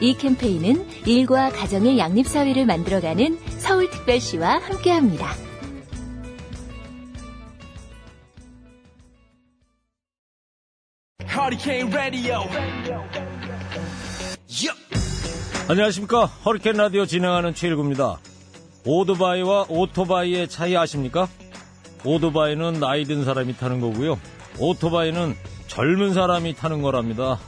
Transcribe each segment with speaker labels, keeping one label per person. Speaker 1: 이 캠페인은 일과 가정의 양립사회를 만들어가는 서울특별시와 함께합니다.
Speaker 2: 안녕하십니까. 허리케인 라디오 진행하는 최일구입니다. 오토바이와 오토바이의 차이 아십니까? 오토바이는 나이 든 사람이 타는 거고요. 오토바이는 젊은 사람이 타는 거랍니다.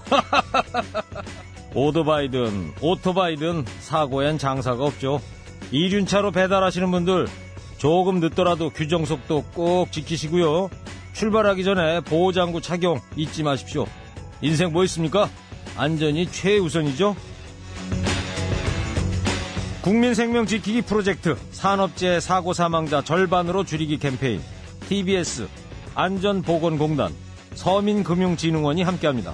Speaker 2: 오토바이든 오토바이든 사고엔 장사가 없죠. 이륜차로 배달하시는 분들 조금 늦더라도 규정 속도 꼭 지키시고요. 출발하기 전에 보호장구 착용 잊지 마십시오. 인생 뭐 있습니까? 안전이 최우선이죠. 국민 생명 지키기 프로젝트 산업재해 사고 사망자 절반으로 줄이기 캠페인 TBS 안전보건공단 서민금융진흥원이 함께합니다.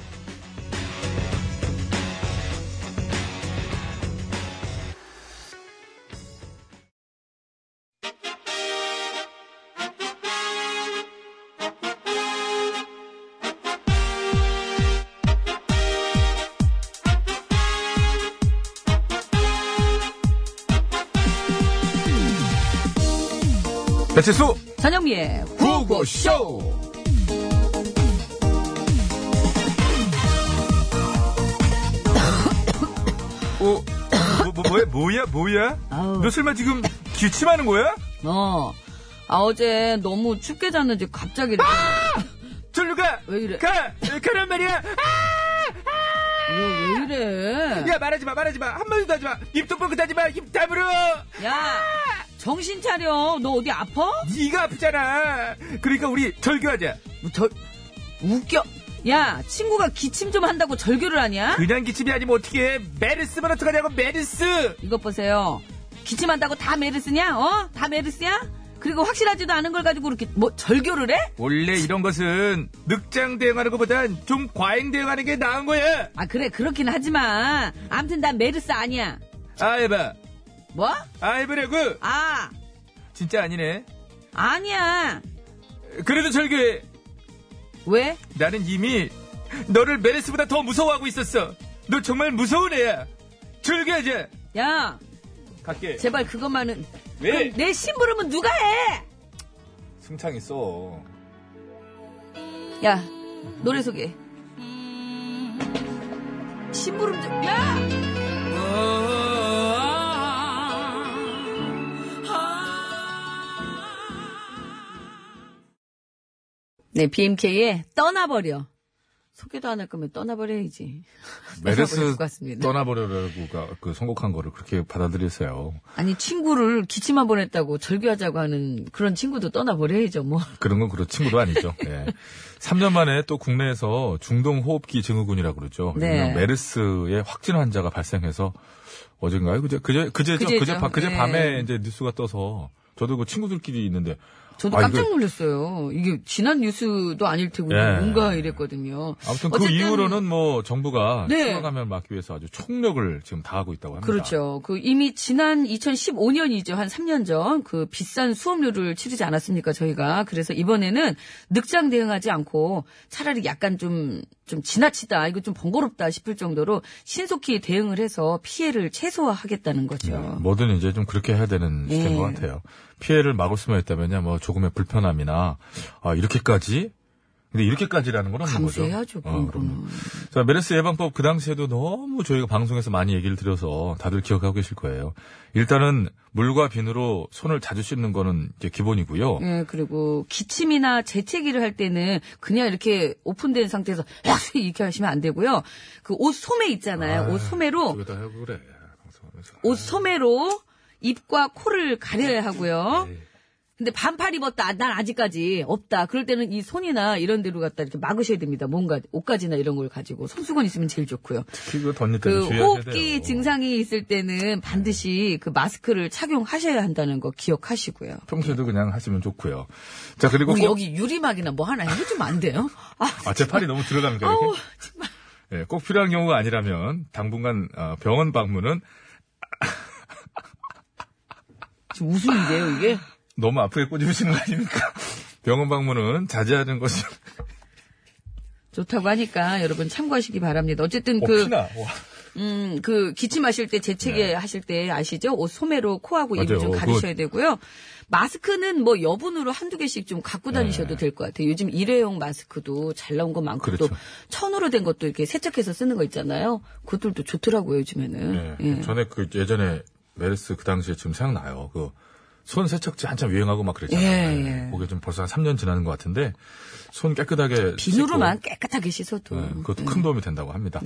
Speaker 3: 배치수
Speaker 4: 전영미의
Speaker 3: 구호쇼 어, 뭐, 뭐, 뭐야, 뭐야, 뭐야?
Speaker 4: 아우.
Speaker 3: 너 설마 지금 기침하는 거야?
Speaker 4: 어. 아, 어제 너무 춥게 잤는지 갑자기 이렇게.
Speaker 3: 절로 가!
Speaker 4: 왜 이래?
Speaker 3: 가! 가란 말이야!
Speaker 4: 왜, 왜 이래?
Speaker 3: 야, 말하지 마, 말하지 마! 한마디도 하지 마! 입도 뻥긋하지 마! 입 다물어!
Speaker 4: 야, 정신 차려. 너 어디 아파?
Speaker 3: 네가 아프잖아! 그러니까 우리 절교하자!
Speaker 4: 뭐, 저, 웃겨. 야, 친구가 기침 좀 한다고 절규를 하냐?
Speaker 3: 그냥 기침이 아니면 어떻게 해? 메르스면 어떡하냐고, 메르스!
Speaker 4: 이것 보세요. 기침한다고 다 메르스냐? 어? 다 메르스야? 그리고 확실하지도 않은 걸 가지고 이렇게 뭐 절교를 해?
Speaker 3: 원래 이런 것은 늑장 대응하는 것보단 좀 과잉 대응하는 게 나은 거야!
Speaker 4: 아 그래 그렇긴 하지만 암튼 난 메르스 아니야.
Speaker 3: 아이봐,
Speaker 4: 뭐?
Speaker 3: 아이브레그!
Speaker 4: 아
Speaker 3: 진짜 아니네.
Speaker 4: 아니야.
Speaker 3: 그래도 절교해!
Speaker 4: 왜?
Speaker 3: 나는 이미 너를 메르스보다 더 무서워하고 있었어. 너 정말 무서운 애야. 즐겨야지.
Speaker 4: 야
Speaker 3: 갈게.
Speaker 4: 제발 음. 그것만은
Speaker 3: 왜?
Speaker 4: 그럼 내 심부름은 누가 해?
Speaker 3: 승창이 써.
Speaker 4: 야 노래 소개. 심부름 좀 야. 네, BMK의 떠나버려. 소개도 안 할 거면 떠나버려야지.
Speaker 3: 메르스
Speaker 4: 것 같습니다.
Speaker 3: 떠나버려라고가 그 선곡한 거를 그렇게 받아들였어요.
Speaker 4: 아니 친구를 기침 한번 했다고 절규하자고 하는 그런 친구도 떠나버려야죠 뭐.
Speaker 3: 그런 건 그런 친구도 아니죠. 예. 3년 만에 또 국내에서 중동 호흡기 증후군이라고 그러죠.
Speaker 4: 네.
Speaker 3: 유명 메르스의 확진 환자가 발생해서 어젠가요? 그제 그제 그제 그제,
Speaker 4: 그제죠.
Speaker 3: 그제, 밤- 그제
Speaker 4: 예.
Speaker 3: 밤에 이제 뉴스가 떠서 저도 그 친구들끼리 있는데
Speaker 4: 저도
Speaker 3: 아, 이거-
Speaker 4: 깜짝 놀랐어요. 이게 지난 뉴스도 아닐 테고
Speaker 3: 예.
Speaker 4: 뭔가 이랬거든요.
Speaker 3: 아무튼 그
Speaker 4: 어쨌든
Speaker 3: 이후로는 뭐 정부가
Speaker 4: 네.
Speaker 3: 추가 감염을 막기 위해서 아주 총력을 지금 다하고 있다고 합니다.
Speaker 4: 그렇죠. 그 이미 지난 2015년이죠. 한 3년 전 그 비싼 수업료를 치르지 않았습니까 저희가. 그래서 이번에는 늑장 대응하지 않고 차라리 약간 좀 좀 지나치다. 이거 좀 번거롭다 싶을 정도로 신속히 대응을 해서 피해를 최소화하겠다는 거죠.
Speaker 3: 네, 뭐든 이제 좀 그렇게 해야 되는 시대인
Speaker 4: 네.
Speaker 3: 것 같아요. 피해를 막을 수만 있다면요, 뭐 조금의 불편함이나 아 이렇게까지. 근데 이렇게까지라는 건 없는 거죠.
Speaker 4: 감수해야죠,
Speaker 3: 어,
Speaker 4: 그런 거는.
Speaker 3: 그럼요. 자, 메르스 예방법 그 당시에도 너무 저희가 방송에서 많이 얘기를 드려서 다들 기억하고 계실 거예요. 일단은 물과 비누로 손을 자주 씻는 거는 이제 기본이고요.
Speaker 4: 예, 그리고 기침이나 재채기를 할 때는 그냥 이렇게 오픈된 상태에서 막 이렇게 하시면 안 되고요. 그 옷 소매 있잖아요. 옷 소매로
Speaker 3: 저기다 하고 그래. 방송하면서. 네.
Speaker 4: 옷 소매로 입과 코를 가려야 하고요. 근데 반팔 입었다. 난 아직까지 없다. 그럴 때는 이 손이나 이런 데로 갖다 이렇게 막으셔야 됩니다. 뭔가 옷가지나 이런 걸 가지고 손수건 있으면 제일 좋고요.
Speaker 3: 이거 덧니 때는
Speaker 4: 그
Speaker 3: 주의하셔야
Speaker 4: 호흡기
Speaker 3: 돼요. 어.
Speaker 4: 증상이 있을 때는 반드시 그 마스크를 착용하셔야 한다는 거 기억하시고요.
Speaker 3: 평소에도 그냥 하시면 좋고요. 자 그리고
Speaker 4: 우리
Speaker 3: 꼭-
Speaker 4: 여기 유리막이나 뭐 하나 해주면 안 돼요? 아,
Speaker 3: 아, 제 팔이 너무 들어가니까 이렇게. 예, 꼭 필요한 경우가 아니라면 당분간 어, 병원 방문은
Speaker 4: 지금 웃음인데요, 이게?
Speaker 3: 너무 아프게 꼬집으시는 거 아닙니까? 병원 방문은 자제하는 것이
Speaker 4: 그 좋다고 하니까 여러분 참고하시기 바랍니다. 어쨌든
Speaker 3: 어,
Speaker 4: 그,
Speaker 3: 피나. 와.
Speaker 4: 음, 그 기침하실 때 재채기 하실 때 아시죠? 옷 소매로 코하고 입을
Speaker 3: 네. 맞아요.
Speaker 4: 좀 가리셔야 되고요. 마스크는 뭐 여분으로 한두 개씩 좀 갖고 다니셔도
Speaker 3: 네.
Speaker 4: 될 것 같아요. 요즘 일회용 마스크도 잘 나온 거 많고
Speaker 3: 그렇죠.
Speaker 4: 또 천으로 된 것도 이렇게 세척해서 쓰는 거 있잖아요. 그것들도 좋더라고요, 요즘에는.
Speaker 3: 예,
Speaker 4: 예.
Speaker 3: 전에 그 예전에 메르스 그 당시에 지금 생각나요. 그 손 세척제 한참 유행하고 막 그랬잖아요.
Speaker 4: 예, 예.
Speaker 3: 그게 좀 벌써 한 3년 지나는 것 같은데 손 깨끗하게
Speaker 4: 비누로만
Speaker 3: 씻고,
Speaker 4: 깨끗하게 씻어도.
Speaker 3: 예, 그것도
Speaker 4: 예.
Speaker 3: 큰 도움이 된다고 합니다.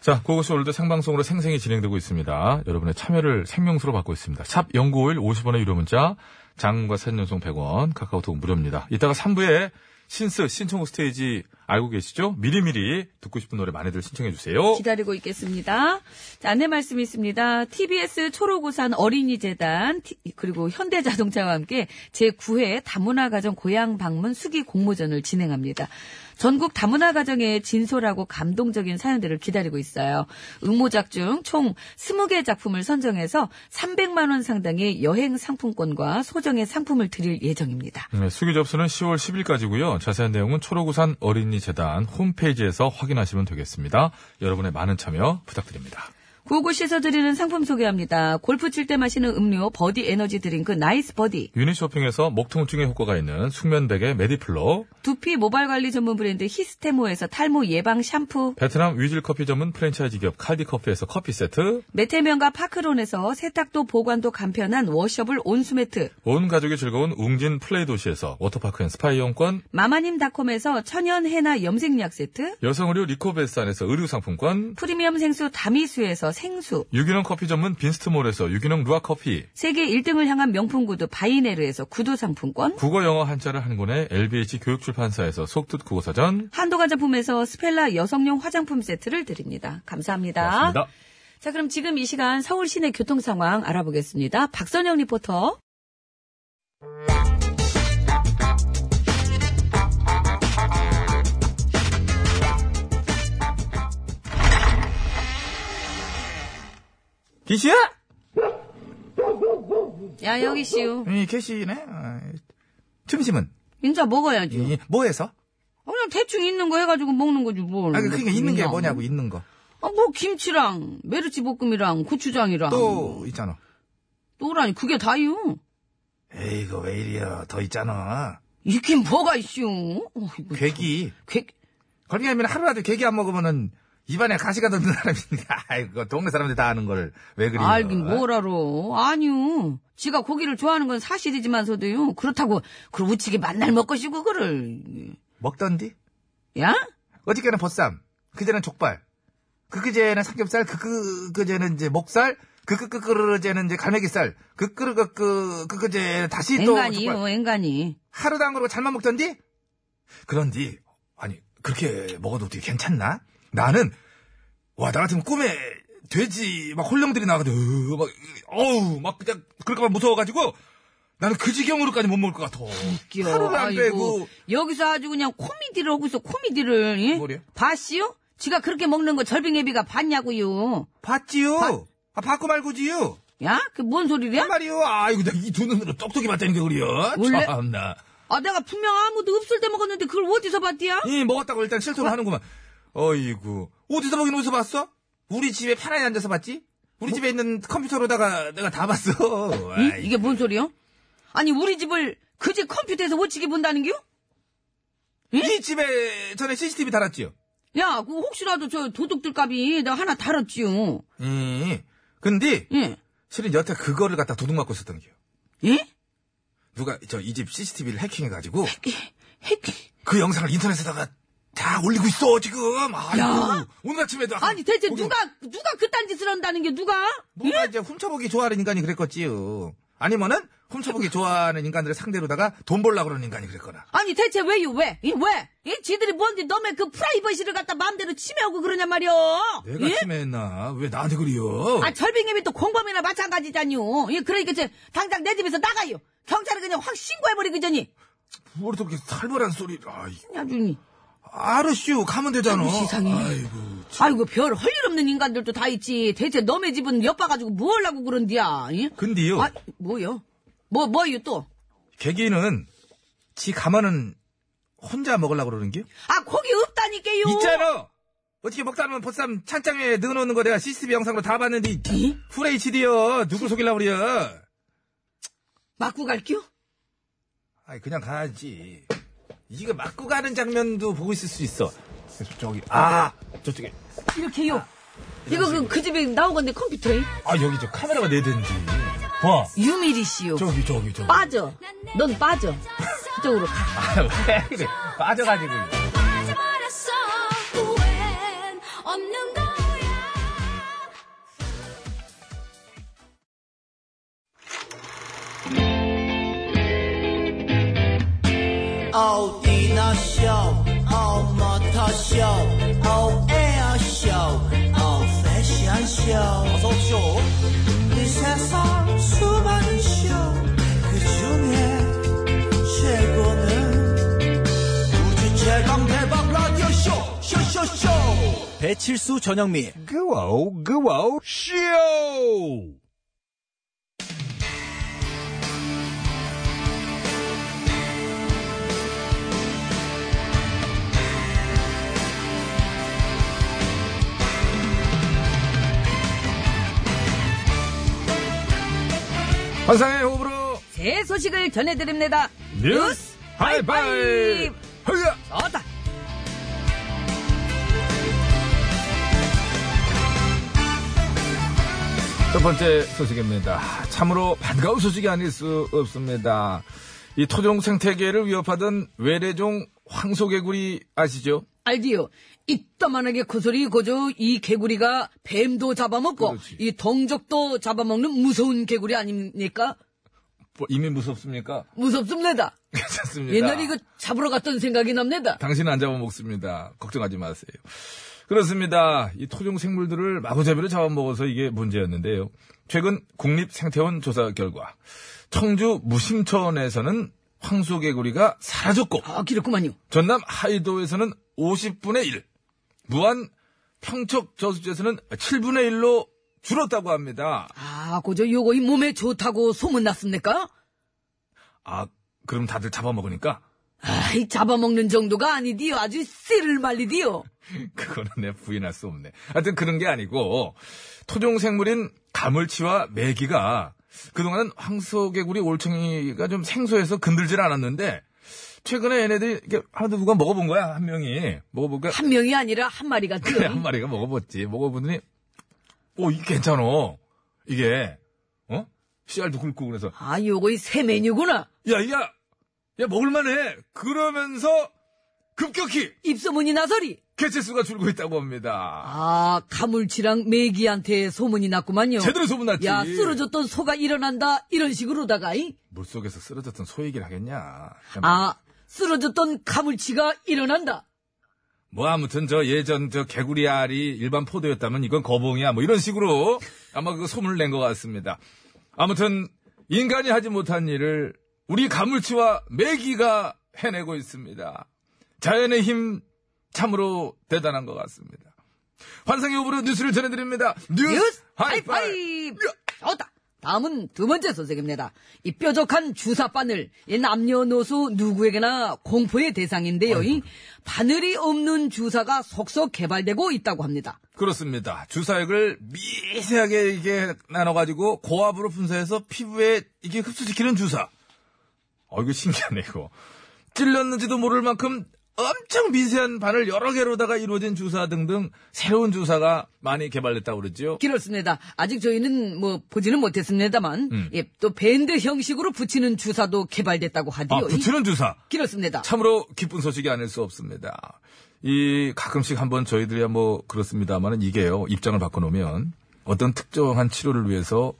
Speaker 3: 자, 그것이 오늘도 생방송으로 생생히 진행되고 있습니다. 여러분의 참여를 생명수로 받고 있습니다. 샵 0951 50원의 유료 문자, 장과 산연송 100원, 카카오톡 무료입니다. 이따가 3부에 신스 신청곡 스테이지 알고 계시죠? 미리미리 듣고 싶은 노래 많이들 신청해 주세요.
Speaker 4: 기다리고 있겠습니다. 자, 안내 말씀이 있습니다. TBS 초록우산 어린이재단 티- 그리고 현대자동차와 함께 제9회 다문화가정 고향 방문 수기 공모전을 진행합니다. 전국 다문화가정의 진솔하고 감동적인 사연들을 기다리고 있어요. 응모작 중 총 20개 작품을 선정해서 300만 원 상당의 여행 상품권과 소정의 상품을 드릴 예정입니다.
Speaker 3: 네, 수기 접수는 10월 10일까지고요. 자세한 내용은 초록우산 어린이재단 홈페이지에서 확인하시면 되겠습니다. 여러분의 많은 참여 부탁드립니다.
Speaker 4: 구호고시에서 드리는 상품 소개합니다. 골프 칠 때 마시는 음료 버디 에너지 드링크 나이스 버디.
Speaker 3: 유니쇼핑에서 목통증에 효과가 있는 숙면백의 메디플로,
Speaker 4: 두피 모발 관리 전문 브랜드 히스테모에서 탈모 예방 샴푸,
Speaker 3: 베트남 위즐 커피 전문 프랜차이즈 기업 칼디 커피에서 커피 세트,
Speaker 4: 메테면과 파크론에서 세탁도 보관도 간편한 워셔블 온수매트,
Speaker 3: 온 가족이 즐거운 웅진 플레이 도시에서 워터파크 앤 스파 이용권,
Speaker 4: 마마님닷컴에서 천연 해나 염색약 세트,
Speaker 3: 여성 의류 리코베스안에서 의류 상품권,
Speaker 4: 프리미엄 생수 다미수에서 생수,
Speaker 3: 유기농 커피 전문 빈스트몰에서 유기농 루아 커피,
Speaker 4: 세계 1등을 향한 명품 구두 바이네르에서 구두 상품권,
Speaker 3: 국어 영어 한자를 한 권에 LBH 교육출판사에서 속뜻 국어사전,
Speaker 4: 한도가 제품에서 스펠라 여성용 화장품 세트를 드립니다. 감사합니다.
Speaker 3: 고맙습니다.
Speaker 4: 자, 그럼 지금 이 시간 서울 시내 교통 상황 알아보겠습니다. 박선영 리포터.
Speaker 5: 기시야?
Speaker 4: 야, 여기 씨유.
Speaker 5: 이 계시네. 아, 점심은
Speaker 4: 인자 먹어야지.
Speaker 5: 뭐 해서?
Speaker 4: 그냥 대충 있는 거 해가지고 먹는 거지 뭘.
Speaker 5: 아, 그러니까 있는 게 뭐냐고 있는 거.
Speaker 4: 아, 뭐 김치랑 메르치 볶음이랑 고추장이랑
Speaker 5: 또 있잖아.
Speaker 4: 라니 그게 다요.
Speaker 5: 에이, 이거 왜 이리야? 더 있잖아.
Speaker 4: 이게 뭐가 있슈? 어이구,
Speaker 5: 괴기.
Speaker 4: 괴-
Speaker 5: 걸리면 하루라도 괴기 안 먹으면은 입안에 가시가 돋는 사람인데, 아이고 동네 사람들 다 아는 걸 왜 그리?
Speaker 4: 알긴
Speaker 5: 뭐?
Speaker 4: 뭘 알아. 아니요. 지가 고기를 좋아하는 건 사실이지만서도요. 그렇다고 그걸 우치게 만날 먹고 싶고 그를.
Speaker 5: 먹던디?
Speaker 4: 야?
Speaker 5: 어저께는 보쌈, 그제는 족발, 그그제는 삼겹살, 그그그제는 이제 목살, 그그그그제는 이제 갈매기살, 그그그그 그그제 다시 또
Speaker 4: 앵간이,
Speaker 5: 족발.
Speaker 4: 어, 앵간이.
Speaker 5: 하루당 그러고 잘만 먹던디? 그런디 아니 그렇게 먹어도 어떻게 괜찮나? 나는 와 나 같으면 꿈에 돼지 막 홀령들이 나가지고 으, 막 으, 어우 막 그냥 그럴까봐 무서워가지고 나는 그 지경으로까지 못 먹을 것 같아.
Speaker 4: 웃겨.
Speaker 5: 하루를 안
Speaker 4: 아이고,
Speaker 5: 빼고
Speaker 4: 여기서 아주 그냥 코미디를 하고 있어, 코미디를. 예?
Speaker 5: 뭐래요?
Speaker 4: 봤시요? 지가 그렇게 먹는 거 절빙예비가 봤냐고요.
Speaker 5: 봤지요? 아 받고 말고지요.
Speaker 4: 야? 그 뭔 소리야?
Speaker 5: 한 말이요. 아이고 내가 이 두 눈으로 똑똑히 봤다는 게 그려.
Speaker 4: 원래-
Speaker 5: 참나.
Speaker 4: 아, 내가 분명 아무도 없을 때 먹었는데 그걸 어디서 봤디야?
Speaker 5: 이 먹었다고 일단
Speaker 4: 어?
Speaker 5: 실토를 하는구만. 어이구. 어디서 보긴 어디서 봤어? 우리 집에 편안히 앉아서 봤지? 우리 집에 있는 컴퓨터로다가 내가 다 봤어.
Speaker 4: 뭐? 이?
Speaker 5: 아이,
Speaker 4: 이게
Speaker 3: 그.
Speaker 4: 뭔 소리요? 아니, 우리 집을 그 집 컴퓨터에서 어찌게 본다는겨?
Speaker 5: 이 집에 전에 CCTV 달았지요.
Speaker 4: 야, 그 혹시라도 저 도둑들 값이 내가 하나 달았지요.
Speaker 5: 이. 근데
Speaker 4: 예?
Speaker 5: 실은 여태 그거를 갖다 도둑 맞고 있었던 게요.
Speaker 4: 예?
Speaker 5: 누가 저 이 집 CCTV를 해킹해가지고
Speaker 4: 해킹.
Speaker 5: 그 영상을 인터넷에다가 다 올리고 있어 지금. 아이고.
Speaker 4: 야.
Speaker 5: 오늘 아침에도 아까
Speaker 4: 아니, 대체
Speaker 5: 거기
Speaker 4: 누가, 누가 그딴 짓을 한다는 게 누가?
Speaker 5: 뭔가 이제 훔쳐보기 좋아하는 인간이 그랬겠지요.
Speaker 3: 아니면은 훔쳐보기 좋아하는 인간들을 상대로다가 돈 벌라 그러는 인간이 그랬거나.
Speaker 4: 아니 대체 왜요 왜? 이 왜? 이 지들이 뭔데 너네 그 프라이버시를 갖다 마음대로 침해하고 그러냐 말이오.
Speaker 3: 내가 뭐?
Speaker 4: 예?
Speaker 3: 심해했나? 왜 나한테 그리요?
Speaker 4: 아 절빙님이 또 공범이나 마찬가지잖요. 예, 그러니까 이제 당장 내 집에서 나가요. 경찰에 그냥 확 신고해버리기 전이.
Speaker 3: 뭘 그렇게 살벌한 소리를. 아이,
Speaker 4: 야준이.
Speaker 3: 알았슈. 가면 되잖아.
Speaker 4: 세상에.
Speaker 3: 아이고.
Speaker 4: 아이고 별 할 일 없는 인간들도 다 있지. 대체 너네 집은 엿봐가지고 뭐 하려고 그런디야. 예?
Speaker 3: 근데요,
Speaker 4: 아 뭐요? 뭐 뭐요 또?
Speaker 3: 개개인은 지 가마는 혼자 먹으려고 그러는 게?
Speaker 4: 아 고기 없다니까요.
Speaker 3: 있잖아! 어떻게 먹다면 보쌈 찬장에 넣어놓는 거 내가 CCTV 영상으로 다 봤는데,
Speaker 4: 예?
Speaker 3: 이 FHD여. 누굴 속이려고 그래.
Speaker 4: 맞고 갈게요.
Speaker 3: 아니, 그냥 가야지. 이거 맞고 가는 장면도 보고 있을 수 있어. 저기, 아! 저쪽에.
Speaker 4: 이렇게요. 이거 그, 그 집에 나오건데 컴퓨터에
Speaker 3: 아, 여기 저 카메라가 내든지. 봐.
Speaker 4: 유미리 씨요.
Speaker 3: 저기, 저기, 저기.
Speaker 4: 빠져. 넌 빠져. 그쪽으로 가.
Speaker 3: 왜 그래. 빠져가지고.
Speaker 6: 어디나 쇼, 어머터 쇼, 어에어 쇼, 어 패션 쇼. 어서 쇼. 이 세상 수많은 쇼, 그 중에 최고는 우주 최강 대박 라디오 쇼, 쇼쇼쇼. 배칠수 전영미.
Speaker 3: 그와우, 그와우, 쇼! 환상의 호흡으로
Speaker 4: 새 소식을 전해드립니다.
Speaker 5: 뉴스 하이파이브!
Speaker 3: 흘려!
Speaker 4: 어다.
Speaker 3: 첫 번째 소식입니다. 참으로 반가운 소식이 아닐 수 없습니다. 이 토종 생태계를 위협하던 외래종 황소개구리 아시죠?
Speaker 4: 알지요. 이따만하게 고소리 고조 이 개구리가 뱀도 잡아먹고
Speaker 3: 그렇지.
Speaker 4: 이 동족도 잡아먹는 무서운 개구리 아닙니까?
Speaker 3: 뭐 이미 무섭습니까?
Speaker 4: 무섭습니다.
Speaker 3: 괜찮습니다.
Speaker 4: 옛날에 이거 잡으러 갔던 생각이 납니다.
Speaker 3: 당신은 안 잡아먹습니다. 걱정하지 마세요. 그렇습니다. 이 토종 생물들을 마구잡이로 잡아먹어서 이게 문제였는데요. 최근 국립생태원 조사 결과 청주 무심천에서는 황소개구리가 사라졌고
Speaker 4: 아, 기렇구만요.
Speaker 3: 전남 하이도에서는 50분의 1, 무안 평척 저수지에서는 7분의 1로 줄었다고 합니다.
Speaker 4: 아, 고저 요거 이 몸에 좋다고 소문났습니까?
Speaker 3: 아, 그럼 다들 잡아먹으니까?
Speaker 4: 아이, 잡아먹는 정도가 아니디요. 아주 씨를 말리디요.
Speaker 3: 그거는 내 부인할 수 없네. 하여튼 그런 게 아니고, 토종 생물인 가물치와 메기가 그동안은 황소개구리 올챙이가 좀 생소해서 건들질 않았는데, 최근에 얘네들이 이렇게 하나도 누가 먹어본 거야, 한 명이. 먹어볼까?
Speaker 4: 한 명이 아니라 한 마리가 뛰어.
Speaker 3: 그래, 한 마리가 먹어봤지. 먹어보더니, 오, 이게 괜찮아. 이게, 어? 씨알도 굵고 그래서,
Speaker 4: 아, 요거 이 새 메뉴구나.
Speaker 3: 야, 야, 야, 먹을만해. 그러면서, 급격히
Speaker 4: 입소문이 나서리.
Speaker 3: 개체수가 줄고 있다고 합니다.
Speaker 4: 아, 가물치랑 메기한테 소문이 났구만요.
Speaker 3: 제대로 소문났지.
Speaker 4: 아. 야, 쓰러졌던 소가 일어난다. 이런 식으로다가, 이.
Speaker 3: 물속에서 쓰러졌던 소 얘기를 하겠냐. 그러니까
Speaker 4: 아, 쓰러졌던 가물치가 일어난다.
Speaker 3: 뭐 아무튼 저 예전 저 개구리 알이 일반 포도였다면 이건 거봉이야 뭐 이런 식으로 아마 그 소문을 낸 것 같습니다. 아무튼 인간이 하지 못한 일을 우리 가물치와 메기가 해내고 있습니다. 자연의 힘 참으로 대단한 것 같습니다. 환상의 오브로 뉴스를 전해드립니다. 뉴스,
Speaker 4: 뉴스
Speaker 3: 하이파이.
Speaker 4: 하이파이브! 좋다. 다음은 두 번째 소식입니다. 이 뾰족한 주사 바늘, 이 남녀노소 누구에게나 공포의 대상인데요. 이 바늘이 없는 주사가 속속 개발되고 있다고 합니다.
Speaker 3: 그렇습니다. 주사액을 미세하게 이게 나눠가지고 고압으로 분사해서 피부에 이게 흡수시키는 주사. 어, 이거 신기하네, 이거. 찔렸는지도 모를 만큼 엄청 미세한 바늘 여러 개로다가 이루어진 주사 등등 새로운 주사가 많이 개발됐다고 그러죠.
Speaker 4: 그렇습니다. 아직 저희는 뭐 보지는 못했습니다만,
Speaker 3: 음.
Speaker 4: 예, 또 밴드 형식으로 붙이는 주사도 개발됐다고
Speaker 3: 아,
Speaker 4: 하디요. 이-
Speaker 3: 붙이는 주사.
Speaker 4: 그렇습니다.
Speaker 3: 참으로 기쁜 소식이 아닐 수 없습니다. 이 가끔씩 한번 저희들이야 뭐 그렇습니다만은 이게요 입장을 바꿔놓으면 어떤 특정한 치료를 위해서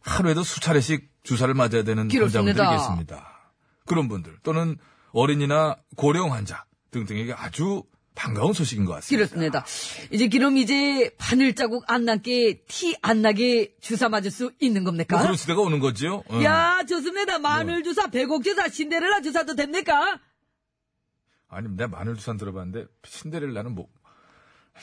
Speaker 3: 하루에도 수차례씩 주사를 맞아야 되는
Speaker 4: 그렇습니다.
Speaker 3: 환자분들이 계십니다. 그런 분들 또는 어린이나 고령 환자 등등에게 아주 반가운 소식인 것 같습니다.
Speaker 4: 그렇습니다. 이제 그럼 이제 바늘자국 안 남게 티 안 나게 주사 맞을 수 있는 겁니까?
Speaker 3: 뭐 그런 시대가 오는 거지요. 응.
Speaker 4: 야 좋습니다.
Speaker 3: 음.
Speaker 4: 마늘 주사, 백옥 주사, 신데렐라 주사도 됩니까?
Speaker 3: 아니 내가 마늘 주산 들어봤는데 신데렐라는 뭐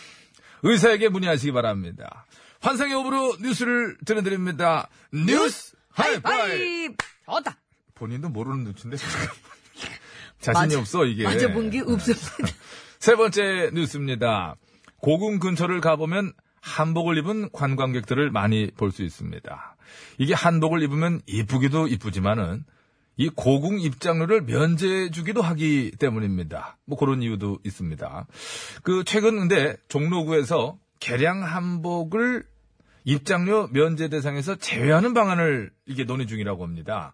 Speaker 3: 의사에게 문의하시기 바랍니다. 환상의 오브로 뉴스를 전해드립니다. 뉴스 하이파이.
Speaker 4: 하이파이. 좋다.
Speaker 3: 본인도 모르는 눈치인데 자신이
Speaker 4: 맞아.
Speaker 3: 없어 이게.
Speaker 4: 맞아본 게 없습니다.
Speaker 3: 세 번째 뉴스입니다. 고궁 근처를 가보면 한복을 입은 관광객들을 많이 볼 수 있습니다. 이게 한복을 입으면 이쁘기도 이쁘지만은 이 고궁 입장료를 면제해주기도 하기 때문입니다. 뭐 그런 이유도 있습니다. 그 최근 근데 종로구에서 개량 한복을 입장료 면제 대상에서 제외하는 방안을 이게 논의 중이라고 합니다.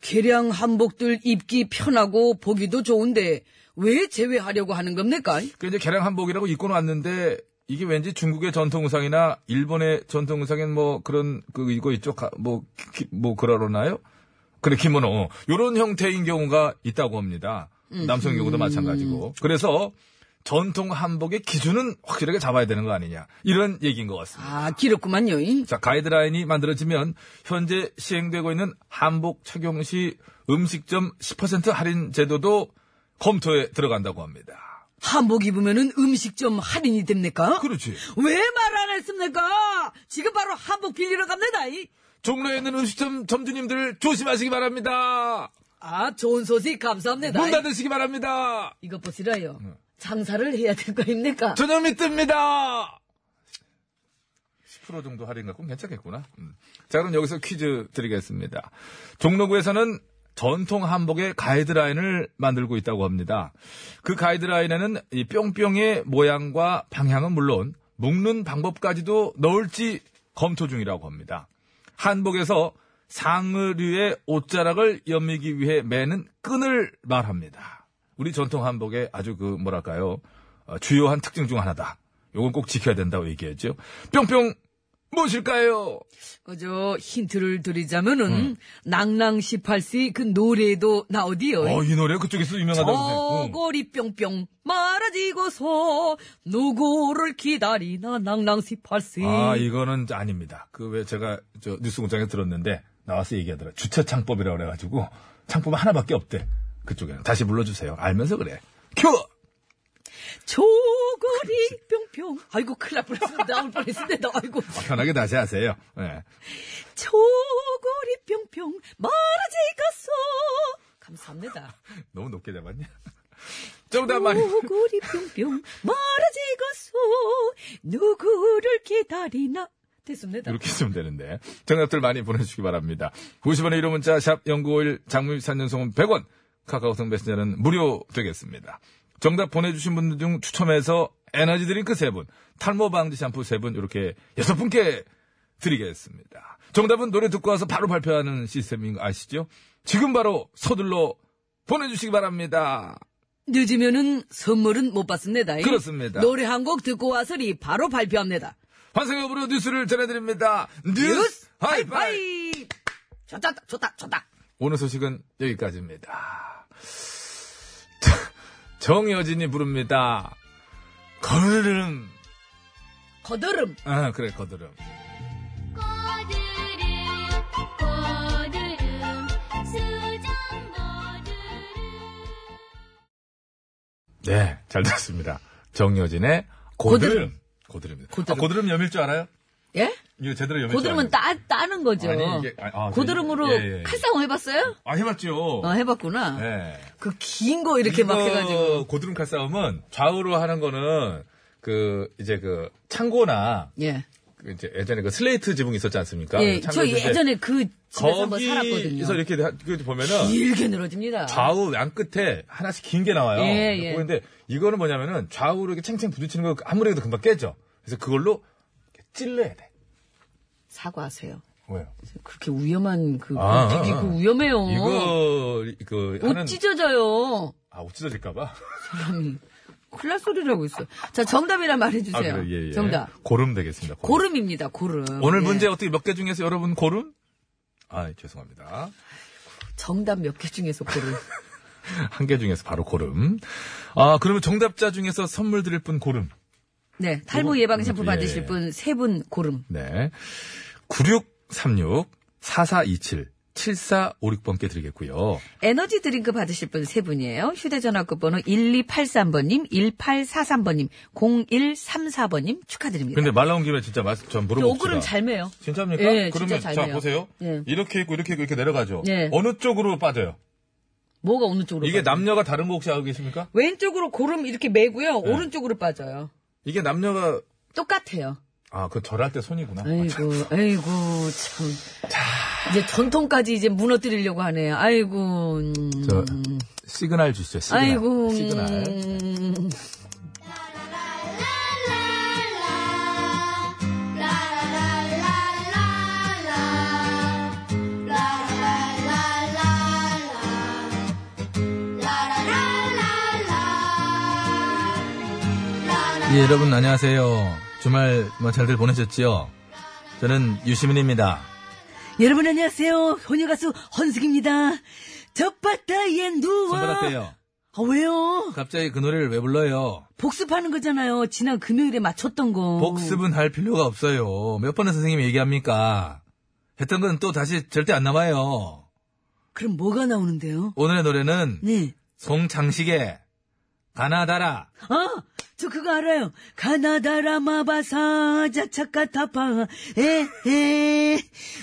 Speaker 4: 개량 한복들 입기 편하고 보기도 좋은데 왜 제외하려고 하는 겁니까?
Speaker 3: 그 이제 개량 한복이라고 입고 왔는데 이게 왠지 중국의 전통 의상이나 일본의 전통 의상엔 뭐 그런 그 이거 있죠 뭐뭐 뭐 그러나요? 그래 기모노 어. 요런 형태인 경우가 있다고 합니다. 남성 경우도 마찬가지고 그래서 전통 한복의 기준은 확실하게 잡아야 되는 거 아니냐 이런 얘기인 것 같습니다.
Speaker 4: 아 길었구만요.
Speaker 3: 자, 가이드라인이 만들어지면 현재 시행되고 있는 한복 착용 시 음식점 10% 할인 제도도 검토에 들어간다고 합니다.
Speaker 4: 한복 입으면은 음식점 할인이 됩니까?
Speaker 3: 그렇지.
Speaker 4: 왜 말 안 했습니까? 지금 바로 한복 빌리러 갑니다. 이.
Speaker 3: 종로에 있는 음식점 점주님들 조심하시기 바랍니다.
Speaker 4: 아 좋은 소식 감사합니다.
Speaker 3: 문 닫으시기 바랍니다.
Speaker 4: 이것 보시라요.
Speaker 3: 음.
Speaker 4: 장사를 해야 될 거 아닙니까?
Speaker 3: 저녁이 뜹니다. 10% 정도 할인 갖고 괜찮겠구나. 음. 자, 그럼 여기서 퀴즈 드리겠습니다. 종로구에서는 전통 한복의 가이드라인을 만들고 있다고 합니다. 그 가이드라인에는 이 뿅뿅의 모양과 방향은 물론 묶는 방법까지도 넣을지 검토 중이라고 합니다. 한복에서 상의류의 옷자락을 연미기 위해 매는 끈을 말합니다. 우리 전통 한복의 아주 그 뭐랄까요 어, 주요한 특징 중 하나다. 요건 꼭 지켜야 된다고 얘기했죠. 뿅뿅 무엇일까요?
Speaker 4: 그저 힌트를
Speaker 3: 음.
Speaker 4: 드리자면은 낭낭 18시 그 노래도 나오디요.
Speaker 3: 어 이 노래 그쪽에서 유명하다고 생각해요.
Speaker 4: 저고리 뿅뿅 말아지고서 누구를 기다리나 낭낭 18시.
Speaker 3: 아 이거는 아닙니다. 그 왜 제가 저 뉴스공장에 들었는데 나와서 얘기하더라. 주차 창법이라 그래가지고 창법 하나밖에 없대. 그쪽에는 다시 불러주세요. 알면서 그래. 큐.
Speaker 4: 조고리 뿅뿅. 아이고 큰일 날 뻔했습니다. 나올 뻔했습니다. 아이고.
Speaker 3: 편하게 다시 하세요. 예.
Speaker 4: 조고리 뿅뿅 말아지고서. 감사합니다.
Speaker 3: 너무 높게 잡았냐? 정답 많이.
Speaker 4: 오구리 뿅뿅 멀어지고서 누구를 기다리나 됐습니다.
Speaker 3: 이렇게 쓰면 되는데. 정답들 많이 보내주시기 바랍니다. 50원의 1호 문자, 샵 0951, 장미 3년송은 100원, 카카오톡 메신저는 무료 되겠습니다. 정답 보내주신 분들 중 추첨해서 에너지 드링크 3분, 탈모 방지 샴푸 3분, 이렇게 6분께 드리겠습니다. 정답은 노래 듣고 와서 바로 발표하는 시스템인 거 아시죠? 지금 바로 서둘러 보내주시기 바랍니다.
Speaker 4: 늦으면은 선물은 못 받습니다.
Speaker 3: 그렇습니다.
Speaker 4: 노래 한 곡 듣고 와서리 바로 발표합니다.
Speaker 3: 환상의 오브로 뉴스를 전해드립니다. 뉴스 하이파이!
Speaker 4: 하이파이. 좋다 좋다 좋다.
Speaker 3: 오늘 소식은 여기까지입니다. 자, 정여진이 부릅니다. 거드름.
Speaker 4: 거드름.
Speaker 3: 아, 그래, 거드름. 네, 잘 들었습니다. 정여진의 고드름. 고드름.
Speaker 4: 고드름.
Speaker 3: 아, 고드름 염일 줄 알아요?
Speaker 4: 예?
Speaker 3: 이거 제대로 염일
Speaker 4: 고드름은
Speaker 3: 줄
Speaker 4: 따 따는 거죠.
Speaker 3: 알아요. 아니, 이게, 아, 아,
Speaker 4: 고드름으로
Speaker 3: 예, 예, 예.
Speaker 4: 칼싸움 해봤어요?
Speaker 3: 아, 해봤죠.
Speaker 4: 어, 해봤구나.
Speaker 3: 네.
Speaker 4: 그 긴 거 이렇게 막
Speaker 3: 이거
Speaker 4: 해가지고.
Speaker 3: 고드름 칼 싸움은 좌우로 하는 거는 그, 이제 그, 창고나,
Speaker 4: 예.
Speaker 3: 그 이제 예전에 그 슬레이트 지붕 있었지 않습니까?
Speaker 4: 예.
Speaker 3: 창고
Speaker 4: 저
Speaker 3: 있는데
Speaker 4: 예전에 그 집에서 한번 살았거든요.
Speaker 3: 아,
Speaker 4: 예.
Speaker 3: 거기서 이렇게 하- 그 보면은
Speaker 4: 길게 늘어집니다.
Speaker 3: 좌우 양 끝에 하나씩 긴 게 나와요.
Speaker 4: 예, 예.
Speaker 3: 그런데 이거는 뭐냐면은 좌우로 이렇게 챙챙 부딪히는 거 아무리 해도 금방 깨져. 그래서 그걸로 이렇게 찔러야 돼.
Speaker 4: 사과하세요.
Speaker 3: 왜요?
Speaker 4: 그렇게 위험한 그
Speaker 3: 아,
Speaker 4: 되게
Speaker 3: 아.
Speaker 4: 그 위험해요.
Speaker 3: 이거 그
Speaker 4: 옷
Speaker 3: 하는
Speaker 4: 찢어져요.
Speaker 3: 아, 옷 찢어질까 봐.
Speaker 4: 큰일 날 소리라고 있어. 자, 정답이라
Speaker 3: 아,
Speaker 4: 말해주세요.
Speaker 3: 그래. 예, 예.
Speaker 4: 정답.
Speaker 3: 고름 되겠습니다. 고름.
Speaker 4: 고름입니다, 고름.
Speaker 3: 오늘
Speaker 4: 예.
Speaker 3: 문제 어떻게 몇 개 중에서 여러분 고름? 아, 죄송합니다.
Speaker 4: 정답 몇 개 중에서 고를.
Speaker 3: 한 개 중에서 바로 고름. 아, 그러면 정답자 중에서 선물 드릴 분 고름.
Speaker 4: 네, 탈모 예방 샴푸
Speaker 3: 예.
Speaker 4: 받으실 분 세 분 고름.
Speaker 3: 네. 9636 4427 7456번께 드리겠고요.
Speaker 4: 에너지 드링크 받으실 분 세 분이에요. 휴대전화 끝번호 1283번님, 1843번님, 0134번님 축하드립니다.
Speaker 3: 근데 말 나온 김에 진짜 말씀 좀 물어봅시다.
Speaker 4: 요거는 잘 매요.
Speaker 3: 진짜입니까?
Speaker 4: 예,
Speaker 3: 그러면
Speaker 4: 진짜 잘
Speaker 3: 자
Speaker 4: 돼요.
Speaker 3: 보세요.
Speaker 4: 예.
Speaker 3: 이렇게 있고 이렇게 있고 이렇게 내려가죠.
Speaker 4: 예.
Speaker 3: 어느 쪽으로 빠져요?
Speaker 4: 뭐가 어느 쪽으로?
Speaker 3: 이게
Speaker 4: 빠져요?
Speaker 3: 남녀가 다른 거 혹시 알고 계십니까?
Speaker 4: 왼쪽으로 고름 이렇게 매고요.
Speaker 3: 네.
Speaker 4: 오른쪽으로 빠져요.
Speaker 3: 이게 남녀가
Speaker 4: 똑같아요.
Speaker 3: 아, 그 절할 때 손이구나.
Speaker 4: 아이고, 음. 아이고 참. 이제 전통까지 이제 무너뜨리려고 하네요. 아이고. 음.
Speaker 3: 저 시그널 주시죠. 시그널.
Speaker 4: 아이고.
Speaker 3: 시그널.
Speaker 4: 음.
Speaker 3: 예, 여러분 안녕하세요. 주말 뭐 잘들 보내셨지요? 저는 유시민입니다.
Speaker 4: 여러분 안녕하세요. 혼녀 가수 헌숙입니다. 젖바다에 누워.
Speaker 3: 손바닥 빼요.
Speaker 4: 아, 왜요?
Speaker 3: 갑자기 그 노래를 왜 불러요?
Speaker 4: 복습하는 거잖아요. 지난 금요일에 맞췄던 거.
Speaker 3: 복습은 할 필요가 없어요. 몇 번의 선생님이 얘기합니까? 했던 건 또 다시 절대 안 남아요.
Speaker 4: 그럼 뭐가 나오는데요?
Speaker 3: 오늘의 노래는
Speaker 4: 네.
Speaker 3: 송창식의 가나다라.
Speaker 4: 아, 저 그거 알아요. 가나다라 마바사 자차카타파 에에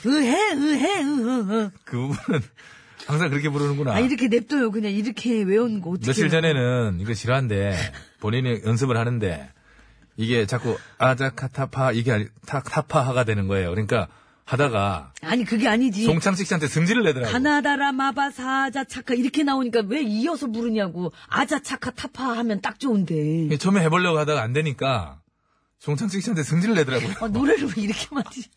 Speaker 4: 으해 으해 으허.
Speaker 3: 그 부분은 항상 그렇게 부르는구나.
Speaker 4: 아 이렇게 냅둬요. 그냥 이렇게 외운 거 어떻게?
Speaker 3: 며칠 전에는 이거 싫어한데 본인이 연습을 하는데 이게 자꾸 아자카타파 이게 아니 타, 타파하가 되는 거예요. 그러니까 하다가
Speaker 4: 아니 그게 아니지.
Speaker 3: 송창식 씨한테 승질을 내더라고.
Speaker 4: 가나다라 마바사 자차카 이렇게 나오니까 왜 이어서 부르냐고 아자차카 타파 하면 딱 좋은데.
Speaker 3: 이게 처음에 해보려고 하다가 안 되니까 송창식 씨한테 승질을 내더라고요.
Speaker 4: 아, 노래를 왜 이렇게 만드시?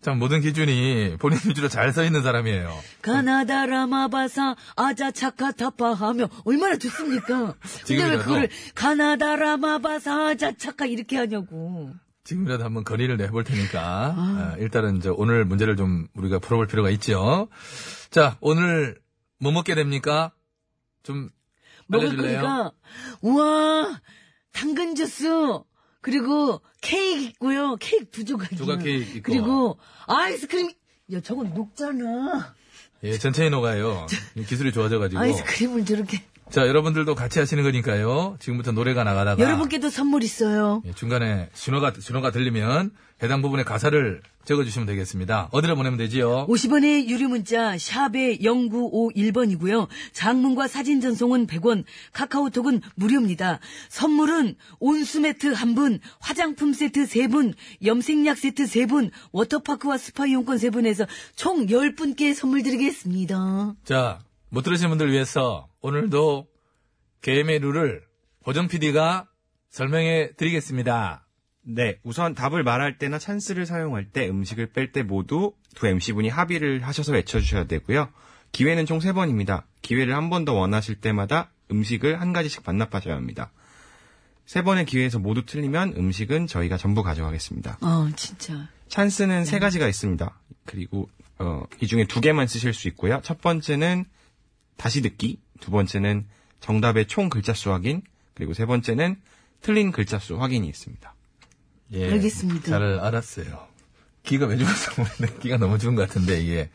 Speaker 3: 참 모든 기준이 본인 위주로 잘 서 있는 사람이에요.
Speaker 4: 가나다라 마바사 아자차카타파 하면 얼마나 좋습니까? 근데 왜
Speaker 3: 지금이라도.
Speaker 4: 그거를 가나다라 마바사 아자차카 이렇게 하냐고.
Speaker 3: 지금이라도 한번 건의를 내볼 테니까 아, 일단은 이제 오늘 문제를 좀 우리가 풀어볼 필요가 있죠. 자 오늘 뭐 먹게 됩니까? 좀 알려줄래요?
Speaker 4: 먹을거리가 우와 당근 주스 그리고 케이크 있고요. 케이크 두 조각.
Speaker 3: 조각 케이크 있고.
Speaker 4: 그리고 아이스크림. 야 저건 녹잖아.
Speaker 3: 예, 전체인 호가요. 기술이 좋아져가지고.
Speaker 4: 아이스크림을 저렇게.
Speaker 3: 자, 여러분들도 같이 하시는 거니까요. 지금부터 노래가 나가다가.
Speaker 4: 여러분께도 선물 있어요.
Speaker 3: 예, 중간에 신호가, 신호가 들리면 해당 부분의 가사를 적어주시면 되겠습니다. 어디로 보내면 되지요?
Speaker 4: 50원의 유료 문자 샵의 0951번이고요. 장문과 사진 전송은 100원, 카카오톡은 무료입니다. 선물은 온수 매트 한분 화장품 세트 세분 염색약 세트 세분 워터파크와 스파 이용권 세분에서총 10분께 선물 드리겠습니다.
Speaker 3: 자, 못 들으신 분들 위해서 오늘도 게임의 룰을 보정 PD가 설명해 드리겠습니다.
Speaker 7: 네, 우선 답을 말할 때나 찬스를 사용할 때, 음식을 뺄 때 모두 두 MC분이 합의를 하셔서 외쳐주셔야 되고요. 기회는 총 세번입니다 기회를 한 번 더 원하실 때마다 음식을 한 가지씩 반납하셔야 합니다. 세번의 기회에서 모두 틀리면 음식은 저희가 전부 가져가겠습니다.
Speaker 4: 아, 진짜.
Speaker 7: 찬스는
Speaker 6: 네.
Speaker 7: 세 가지가 있습니다. 그리고 어, 이 중에 두 개만 쓰실 수 있고요. 첫 번째는 다시 듣기, 두 번째는 정답의 총 글자 수 확인, 그리고 세 번째는 틀린 글자 수 확인이 있습니다.
Speaker 3: 예,
Speaker 4: 알겠습니다.
Speaker 3: 잘 알았어요. 기가 왜 죽었어? 모르겠는데 기가 너무 죽은 것 같은데 이게.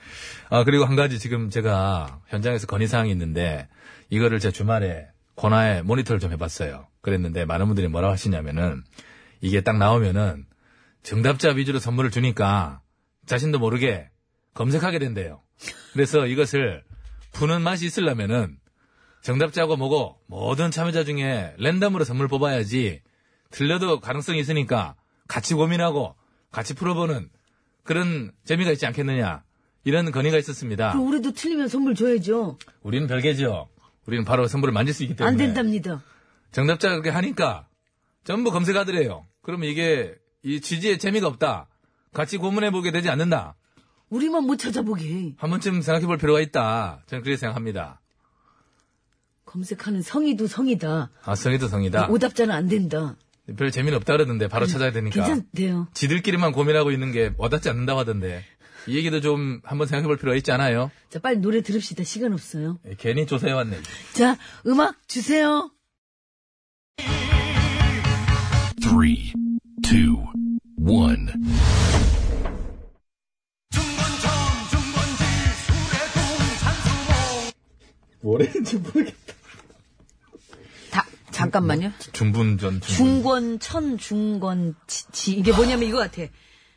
Speaker 3: 아 그리고 한 가지 지금 제가 현장에서 건의사항이 있는데 이거를 제 주말에 권화에 모니터를 좀 해봤어요. 그랬는데 많은 분들이 뭐라고 하시냐면은 이게 딱 나오면은 정답자 위주로 선물을 주니까 자신도 모르게 검색하게 된대요. 그래서 이것을 푸는 맛이 있으려면은 정답자고 뭐고 모든 참여자 중에 랜덤으로 선물 뽑아야지 들려도 가능성이 있으니까 같이 고민하고 같이 풀어보는 그런 재미가 있지 않겠느냐 이런 건의가 있었습니다.
Speaker 4: 그럼 올해도 틀리면 선물 줘야죠.
Speaker 3: 우리는 별개죠. 우리는 바로 선물을 만질 수 있기 때문에
Speaker 4: 안 된답니다.
Speaker 3: 정답자 그렇게 하니까 전부 검색하더래요. 그러면 이게 이 취지에 재미가 없다. 같이 고민해 보게 되지 않는다.
Speaker 4: 우리만 못 찾아보게.
Speaker 3: 한 번쯤 생각해 볼 필요가 있다. 저는 그렇게 생각합니다.
Speaker 4: 검색하는 성의도 성이다.
Speaker 3: 아, 성의도 성이다.
Speaker 4: 어, 오답자는 안 된다.
Speaker 3: 별 재미는 없다 그러던데 바로 찾아야 되니까.
Speaker 4: 괜찮대요.
Speaker 3: 지들끼리만 고민하고 있는 게 와닿지 않는다고 하던데. 이 얘기도 좀 한번 생각해 볼 필요가 있지 않아요?
Speaker 4: 자, 빨리 노래 들읍시다. 시간 없어요.
Speaker 3: 예, 괜히 조사해 왔네.
Speaker 4: 자, 음악 주세요.
Speaker 3: 뭐랬는지 모르겠다.
Speaker 4: 다, 잠깐만요.
Speaker 3: 중분전 중분.
Speaker 4: 중권, 천, 중권, 지, 지. 이게 뭐냐면 이거 같아.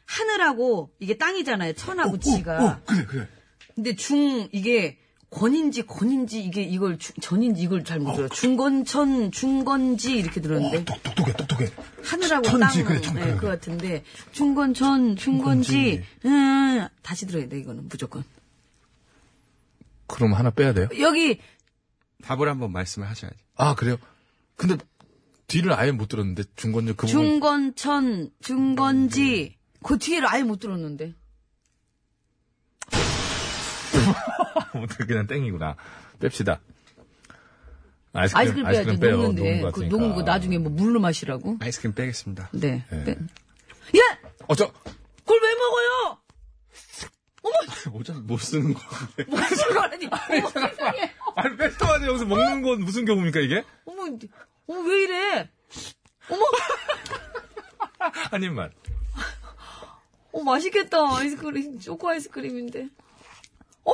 Speaker 4: 하늘하고 이게 땅이잖아요. 천하고 지가.
Speaker 5: 어, 그래, 그래.
Speaker 4: 근데 중 이게 권인지 권인지 이게 이걸 주- 전인지 이걸 잘 모르겠어요.
Speaker 5: 그
Speaker 4: 중건천 중건지 이렇게 들었는데
Speaker 5: 똑, 똑똑해, 똑똑해.
Speaker 4: 하늘하고
Speaker 5: 어, 천지,
Speaker 4: 땅
Speaker 5: 그래, 천, 그래,
Speaker 4: 네, 그
Speaker 5: 그래.
Speaker 4: 같은데 중건천 중건지 음, 다시 들어야 돼 이거는 무조건
Speaker 3: 그럼 하나 빼야 돼요?
Speaker 4: 여기
Speaker 7: 답을 한번 말씀을 하셔야죠.
Speaker 3: 아 그래요? 근데 뒤를 아예 못 들었는데 중건전 그 부분
Speaker 4: 중건천 중건지
Speaker 5: 뭐
Speaker 4: 그 뒤를 아예 못 들었는데
Speaker 3: 아무튼 그냥 땡이구나. 뺍시다.
Speaker 4: 아이스크림
Speaker 3: 아이스크림,
Speaker 4: 빼야죠
Speaker 3: 아이스크림 빼요. 녹은
Speaker 4: 녹는데
Speaker 3: 것
Speaker 4: 그
Speaker 3: 같으니까.
Speaker 4: 녹은 거 나중에 뭐 물로 마시라고
Speaker 7: 아이스크림 빼겠습니다.
Speaker 4: 네
Speaker 3: 예.
Speaker 4: 빼. 야
Speaker 3: 어, 저,
Speaker 4: 그걸 왜 먹어요?
Speaker 7: 오전 못 쓰는 거.
Speaker 4: 뭐 하시라니 어머 세상에
Speaker 3: 아니, 뺏어가지고 여기서 먹는 건 무슨 경우입니까, 이게?
Speaker 4: 어머, 어머, 왜 이래? 어머,
Speaker 3: 한 입만.
Speaker 4: 어, 맛있겠다. 아이스크림, 초코 아이스크림인데. 어.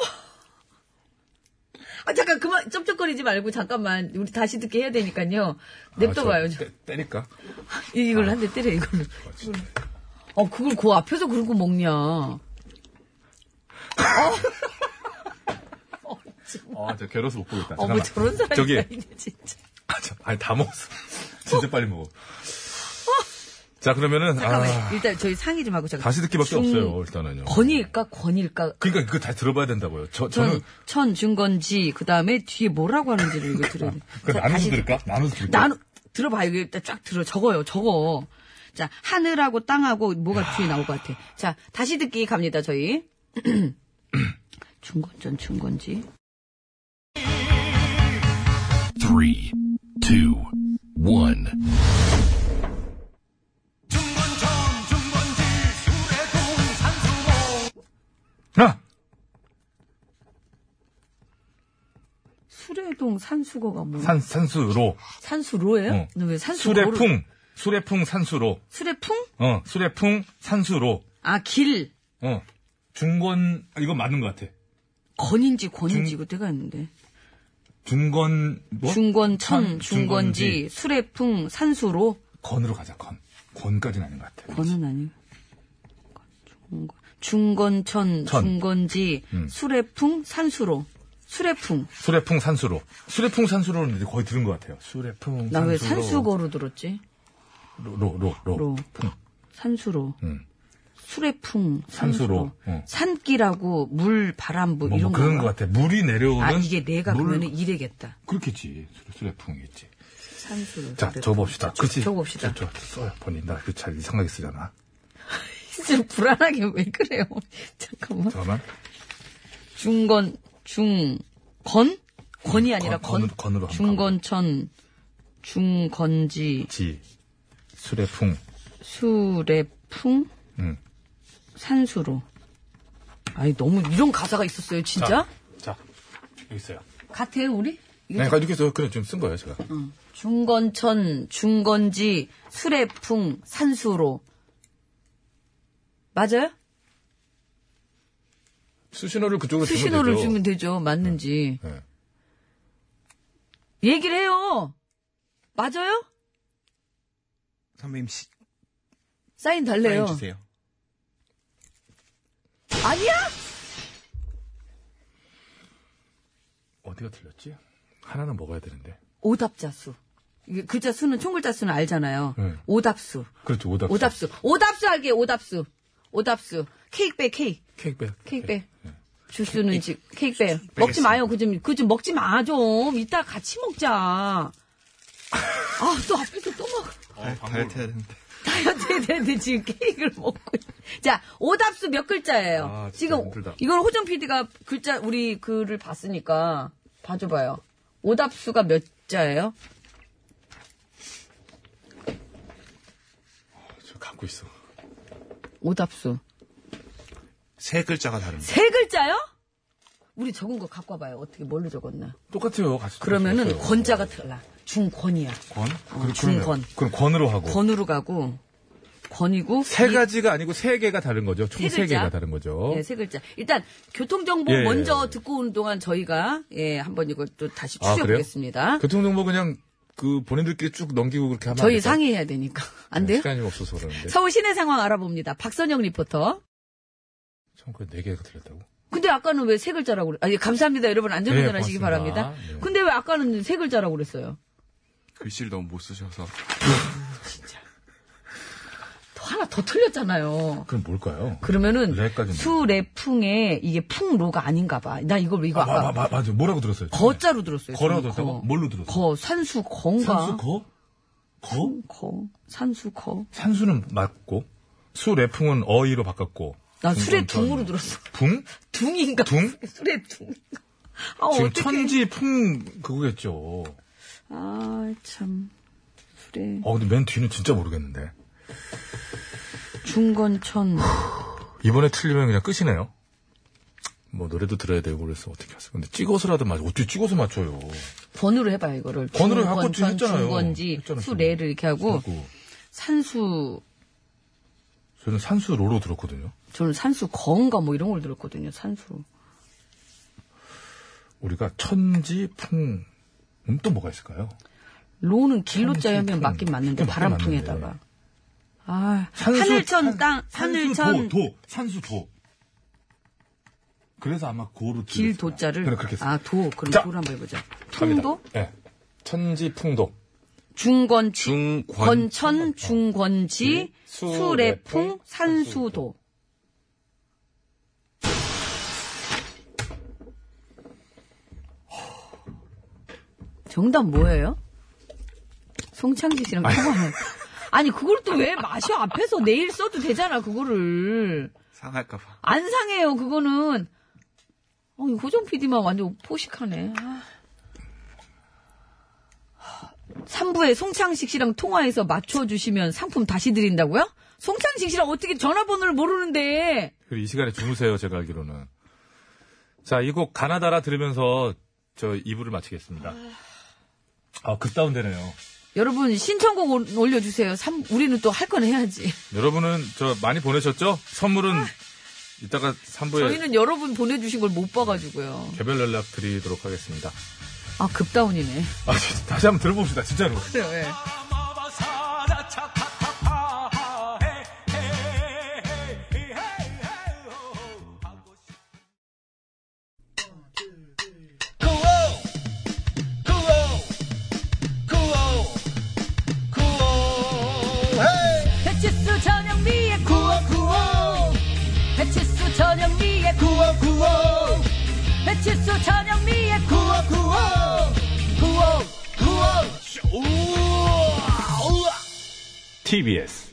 Speaker 4: 아, 잠깐, 그만, 쩝쩝거리지 말고, 잠깐만. 우리 다시 듣게 해야 되니까요. 냅둬봐요.
Speaker 3: 아,
Speaker 4: 저-
Speaker 3: 저 아. 때- 때릴까?
Speaker 4: 이- 이걸 한 대 때려, 이걸로. 이걸로. 어, 그걸 그 앞에서 그러고 먹냐. 어,
Speaker 3: 아, 저 괴로워서 못 보겠다.
Speaker 4: 뭐
Speaker 3: 잠깐만.
Speaker 4: 저런 사람이
Speaker 3: 저기,
Speaker 4: 다 있네, 진짜.
Speaker 3: 아, 저- 아니, 다 먹었어. 진짜 빨리 먹어. 자, 그러면은,
Speaker 4: 잠깐만요.
Speaker 3: 아,
Speaker 4: 일단 저희 상의 좀 하고, 잠깐.
Speaker 3: 다시 듣기밖에
Speaker 4: 중-
Speaker 3: 없어요, 일단은요.
Speaker 4: 권일까, 권일까.
Speaker 3: 그러니까 그거 다 들어봐야 된다고요. 저,
Speaker 4: 천,
Speaker 3: 저는,
Speaker 4: 천, 준건지, 그 다음에 뒤에 뭐라고 하는지를 이거 들어야 돼.
Speaker 3: 그
Speaker 4: 자,
Speaker 3: 나눠서
Speaker 4: 다시
Speaker 3: 들을까? 나눠서 들을까?
Speaker 4: 나누 들어봐요. 이거 일단 쫙 들어 적어요. 적어. 자 하늘하고 땅하고 뭐가 뒤에 나올 것 같아. 자 다시 듣기 갑니다. 저희 중건전 중건지.
Speaker 3: 하나!
Speaker 4: 수레동 산수거가 뭐?
Speaker 3: 산, 산수로.
Speaker 4: 산수로예요?
Speaker 3: 어.
Speaker 4: 근데 왜 산수로?
Speaker 3: 수레풍. 수레풍 산수로.
Speaker 4: 수레풍?
Speaker 3: 어, 수레풍 산수로.
Speaker 4: 아 길.
Speaker 3: 어. 중건, 아, 이거 맞는 것 같아.
Speaker 4: 건인지 권인지 이거 때가 있는데.
Speaker 3: 중건, 뭐?
Speaker 4: 중건천,
Speaker 3: 산,
Speaker 4: 중건지, 수레풍, 산수로.
Speaker 3: 건으로 가자, 건. 건까지는 아닌 것 같아.
Speaker 4: 권은 아니고. 중건, 중건천,
Speaker 3: 천. 음.
Speaker 4: 중건지, 수레풍, 산수로. 수레풍.
Speaker 3: 수레풍 산수로. 수레풍 산수로는 이제 거의 들은 것 같아요. 수레풍
Speaker 4: 나 왜 산수거로 들었지?
Speaker 3: 로, 로, 로. 로. 뭐,
Speaker 4: 로. 산수로.
Speaker 3: 음.
Speaker 4: 수레풍. 산수로.
Speaker 3: 산수로. 어.
Speaker 4: 산기라고 물, 바람, 뭐,
Speaker 3: 뭐,
Speaker 4: 이런
Speaker 3: 뭐 그런
Speaker 4: 건가?
Speaker 3: 것 같아. 물이 내려오는.
Speaker 4: 아, 이게 내가
Speaker 3: 물-
Speaker 4: 그러면 이래겠다.
Speaker 3: 그렇겠지. 수레- 수레풍이겠지.
Speaker 4: 산수로.
Speaker 3: 자,
Speaker 4: 그래.
Speaker 3: 적어봅시다.
Speaker 4: 네. 저-
Speaker 3: 그치?
Speaker 4: 적어봅시다.
Speaker 3: 저, 저, 써요, 본인. 나 이거 잘 이상하게 쓰잖아.
Speaker 4: 진짜 불안하게 왜 그래요? 잠깐만.
Speaker 3: 잠깐만.
Speaker 4: 중건, 중, 건? 건이 아니라 건.
Speaker 3: 건- 건으로- 건으로 한번
Speaker 4: 중건천, 중건지,
Speaker 3: 지. 수레풍.
Speaker 4: 수레풍,
Speaker 3: 음.
Speaker 4: 산수로. 아니, 너무 이런 가사가 있었어요, 진짜?
Speaker 3: 자, 여기 있어요.
Speaker 4: 같아요, 우리? 이거
Speaker 3: 네, 이렇게 해서 그냥 지금 쓴 거예요, 제가.
Speaker 4: 중건천, 중건지, 수레풍, 산수로. 맞아요?
Speaker 3: 수신호를 그쪽으로
Speaker 4: 수신호를
Speaker 3: 되죠.
Speaker 4: 주면 되죠. 맞는지.
Speaker 3: 네.
Speaker 4: 얘기를 해요. 맞아요?
Speaker 7: 선배님 시,
Speaker 4: 사인 달래요.
Speaker 7: 사인 주세요.
Speaker 4: 아니야?
Speaker 3: 어디가 틀렸지? 하나는 먹어야 되는데.
Speaker 4: 오답자수. 이게 글자 수는 총글자 수는 알잖아요.
Speaker 3: 네.
Speaker 4: 오답수.
Speaker 3: 그렇죠, 오답.
Speaker 4: 오답수. 오답수 알게 오답수. 오답수. 케이크 빼 케이크.
Speaker 3: 케이크 빼.
Speaker 4: 케이크 빼.
Speaker 3: 네.
Speaker 4: 주스는 이제 케이크 빼. 먹지 마요. 그 좀 그 좀 먹지 마 좀. 이따 같이 먹자. 아 또 앞에서 또 먹어.
Speaker 7: 다- 다이어트 해야 되는데.
Speaker 4: 다이어트 해야 되는데 지금 케이크를 먹고. 있- 자, 오답수 몇 글자예요?
Speaker 3: 아, 진짜
Speaker 4: 지금
Speaker 3: 힘들다.
Speaker 4: 이걸 호정 PD가 글자 우리 글을 봤으니까 봐줘 봐요. 오답수가 몇 자예요?
Speaker 3: 저 갖고 있어.
Speaker 4: 오답수.
Speaker 7: 세 글자가 다릅니다.
Speaker 4: 세 글자요? 우리 적은 거 갖고 와봐요. 어떻게 뭘로 적었나?
Speaker 3: 똑같아요. 같이
Speaker 4: 그러면은
Speaker 3: 똑같아요.
Speaker 4: 권자가 달라. 중권이야.
Speaker 3: 권? 그럼
Speaker 4: 중권.
Speaker 3: 그럼 권으로 하고.
Speaker 4: 권으로 가고 권이고
Speaker 3: 어. 세
Speaker 4: 이-
Speaker 3: 가지가 아니고 세 개가 다른 거죠. 총
Speaker 4: 세
Speaker 3: 세
Speaker 4: 글자?
Speaker 3: 개가 다른 거죠.
Speaker 4: 네, 세 글자. 일단 교통 정보
Speaker 3: 예.
Speaker 4: 먼저 듣고 오는 동안 저희가 예, 한번 이걸 또 다시
Speaker 3: 아,
Speaker 4: 추려
Speaker 3: 그래요?
Speaker 4: 보겠습니다.
Speaker 3: 교통정보 그냥 그 본인들끼리 쭉 넘기고 그렇게 하면
Speaker 4: 저희
Speaker 3: 안 될까요?
Speaker 4: 상의해야 되니까. 안 돼요?
Speaker 3: 시간이 없어서 그러는데.
Speaker 4: 서울 시내 상황 알아봅니다. 박선영 리포터.
Speaker 3: 참, 그네 개가 들렸다고.
Speaker 4: 근데 아까는 왜 세 글자라고 그래? 아니, 감사합니다. 여러분 안전운전
Speaker 3: 네,
Speaker 4: 하시기
Speaker 3: 고맙습니다.
Speaker 4: 바랍니다.
Speaker 3: 네.
Speaker 4: 근데 왜 아까는 세 글자라고 그랬어요?
Speaker 7: 글씨를 너무 못 쓰셔서.
Speaker 4: 또 하나 더 틀렸잖아요.
Speaker 3: 그럼 뭘까요?
Speaker 4: 그러면은
Speaker 3: 레까지는.
Speaker 4: 수레풍에 이게 풍로가 아닌가 봐. 나 이걸 왜 이거
Speaker 3: 아, 마,
Speaker 4: 아까
Speaker 3: 마, 마, 맞아. 뭐라고 들었어요?
Speaker 4: 거자로 들었어요.
Speaker 3: 거라고
Speaker 4: 저는
Speaker 3: 들었다고?
Speaker 4: 거.
Speaker 3: 뭘로 들었어요?
Speaker 4: 거 산수 건가?
Speaker 3: 산수 거? 거?
Speaker 4: 거 산수 거.
Speaker 3: 산수는 맞고, 수 레풍은 어이로 바꿨고.
Speaker 4: 나 술에
Speaker 3: 중간
Speaker 4: 둥으로 아, 들었어.
Speaker 3: 붕?
Speaker 4: 둥인가?
Speaker 3: 둥?
Speaker 4: 술에 둥인가? 아 어떡해.
Speaker 3: 지금 천지 풍, 그거겠죠.
Speaker 4: 아참 술에
Speaker 3: 어, 근데 맨 뒤는 진짜 모르겠는데.
Speaker 4: 중건천.
Speaker 3: 이번에 틀리면 그냥 끝이네요. 뭐, 노래도 들어야 되고 그래서 어떻게 하세요. 근데 찍어서라도 맞, 어떻게 찍어서 맞춰요.
Speaker 4: 번으로 해봐 요 이거를.
Speaker 3: 번으로
Speaker 4: 중건천,
Speaker 3: 해갖고 지금 했잖아요.
Speaker 4: 중건지
Speaker 3: 했잖아요, 지금.
Speaker 4: 수레를 이렇게 하고
Speaker 3: 그리고
Speaker 4: 산수
Speaker 3: 저는 산수 로로 들었거든요.
Speaker 4: 저는 산수 건가 뭐 이런 걸 들었거든요. 산수
Speaker 3: 우리가 천지 풍, 음, 또 뭐가 있을까요?
Speaker 4: 로는 길로자
Speaker 3: 산수
Speaker 4: 하면
Speaker 3: 동.
Speaker 4: 맞긴 맞는데
Speaker 3: 맞긴
Speaker 4: 바람풍에다가.
Speaker 3: 맞는데.
Speaker 4: 아
Speaker 3: 산수,
Speaker 4: 하늘천
Speaker 3: 산-
Speaker 4: 땅
Speaker 3: 산수
Speaker 4: 하늘천
Speaker 3: 도, 도, 산수 도. 그래서 아마 고로
Speaker 4: 길
Speaker 3: 들었어요.
Speaker 4: 도자를
Speaker 3: 그래, 그렇게 써요.
Speaker 4: 아 도 그럼
Speaker 3: 자.
Speaker 4: 도를 한번 해보자.
Speaker 3: 갑니다.
Speaker 4: 풍도
Speaker 3: 예. 천지 풍도.
Speaker 4: 중건
Speaker 7: 중권.
Speaker 4: 권천 중권지
Speaker 3: 수레풍,
Speaker 4: 수레풍 산수도
Speaker 3: 산수도.
Speaker 4: 정답 뭐예요? 송창지 씨랑 통화해. 아니 그걸 또 왜 마셔 앞에서 내일 써도 되잖아 그거를
Speaker 7: 상할까봐.
Speaker 4: 안 상해요 그거는 어, 이 호정 PD만 완전 포식하네 아. 3부에 송창식 씨랑 통화해서 맞춰주시면 상품 다시 드린다고요? 송창식 씨랑 어떻게 전화번호를 모르는데
Speaker 3: 그리고 이 시간에 주무세요, 제가 알기로는. 자, 이 곡 가나다라 들으면서 저 2부를 마치겠습니다. 아, 급다운되네요.
Speaker 4: 여러분 신청곡 올- 올려주세요. 삼- 우리는 또 할 건 해야지.
Speaker 3: 네. 여러분은 저 많이 보내셨죠? 선물은 이따가 3부에
Speaker 4: 아. 저희는 여러분 보내주신 걸 못 봐가지고요.
Speaker 3: 개별 연락 드리도록 하겠습니다.
Speaker 4: 아 급다운이네.
Speaker 3: 아, 진짜 다시 한번 들어봅시다, 진짜로.
Speaker 4: 그래요. 예. 배치수 전영미의 구호 구호 배치수 전영미의 구호 구호 배치수 전영미의 구호 구호 구호
Speaker 3: TBS.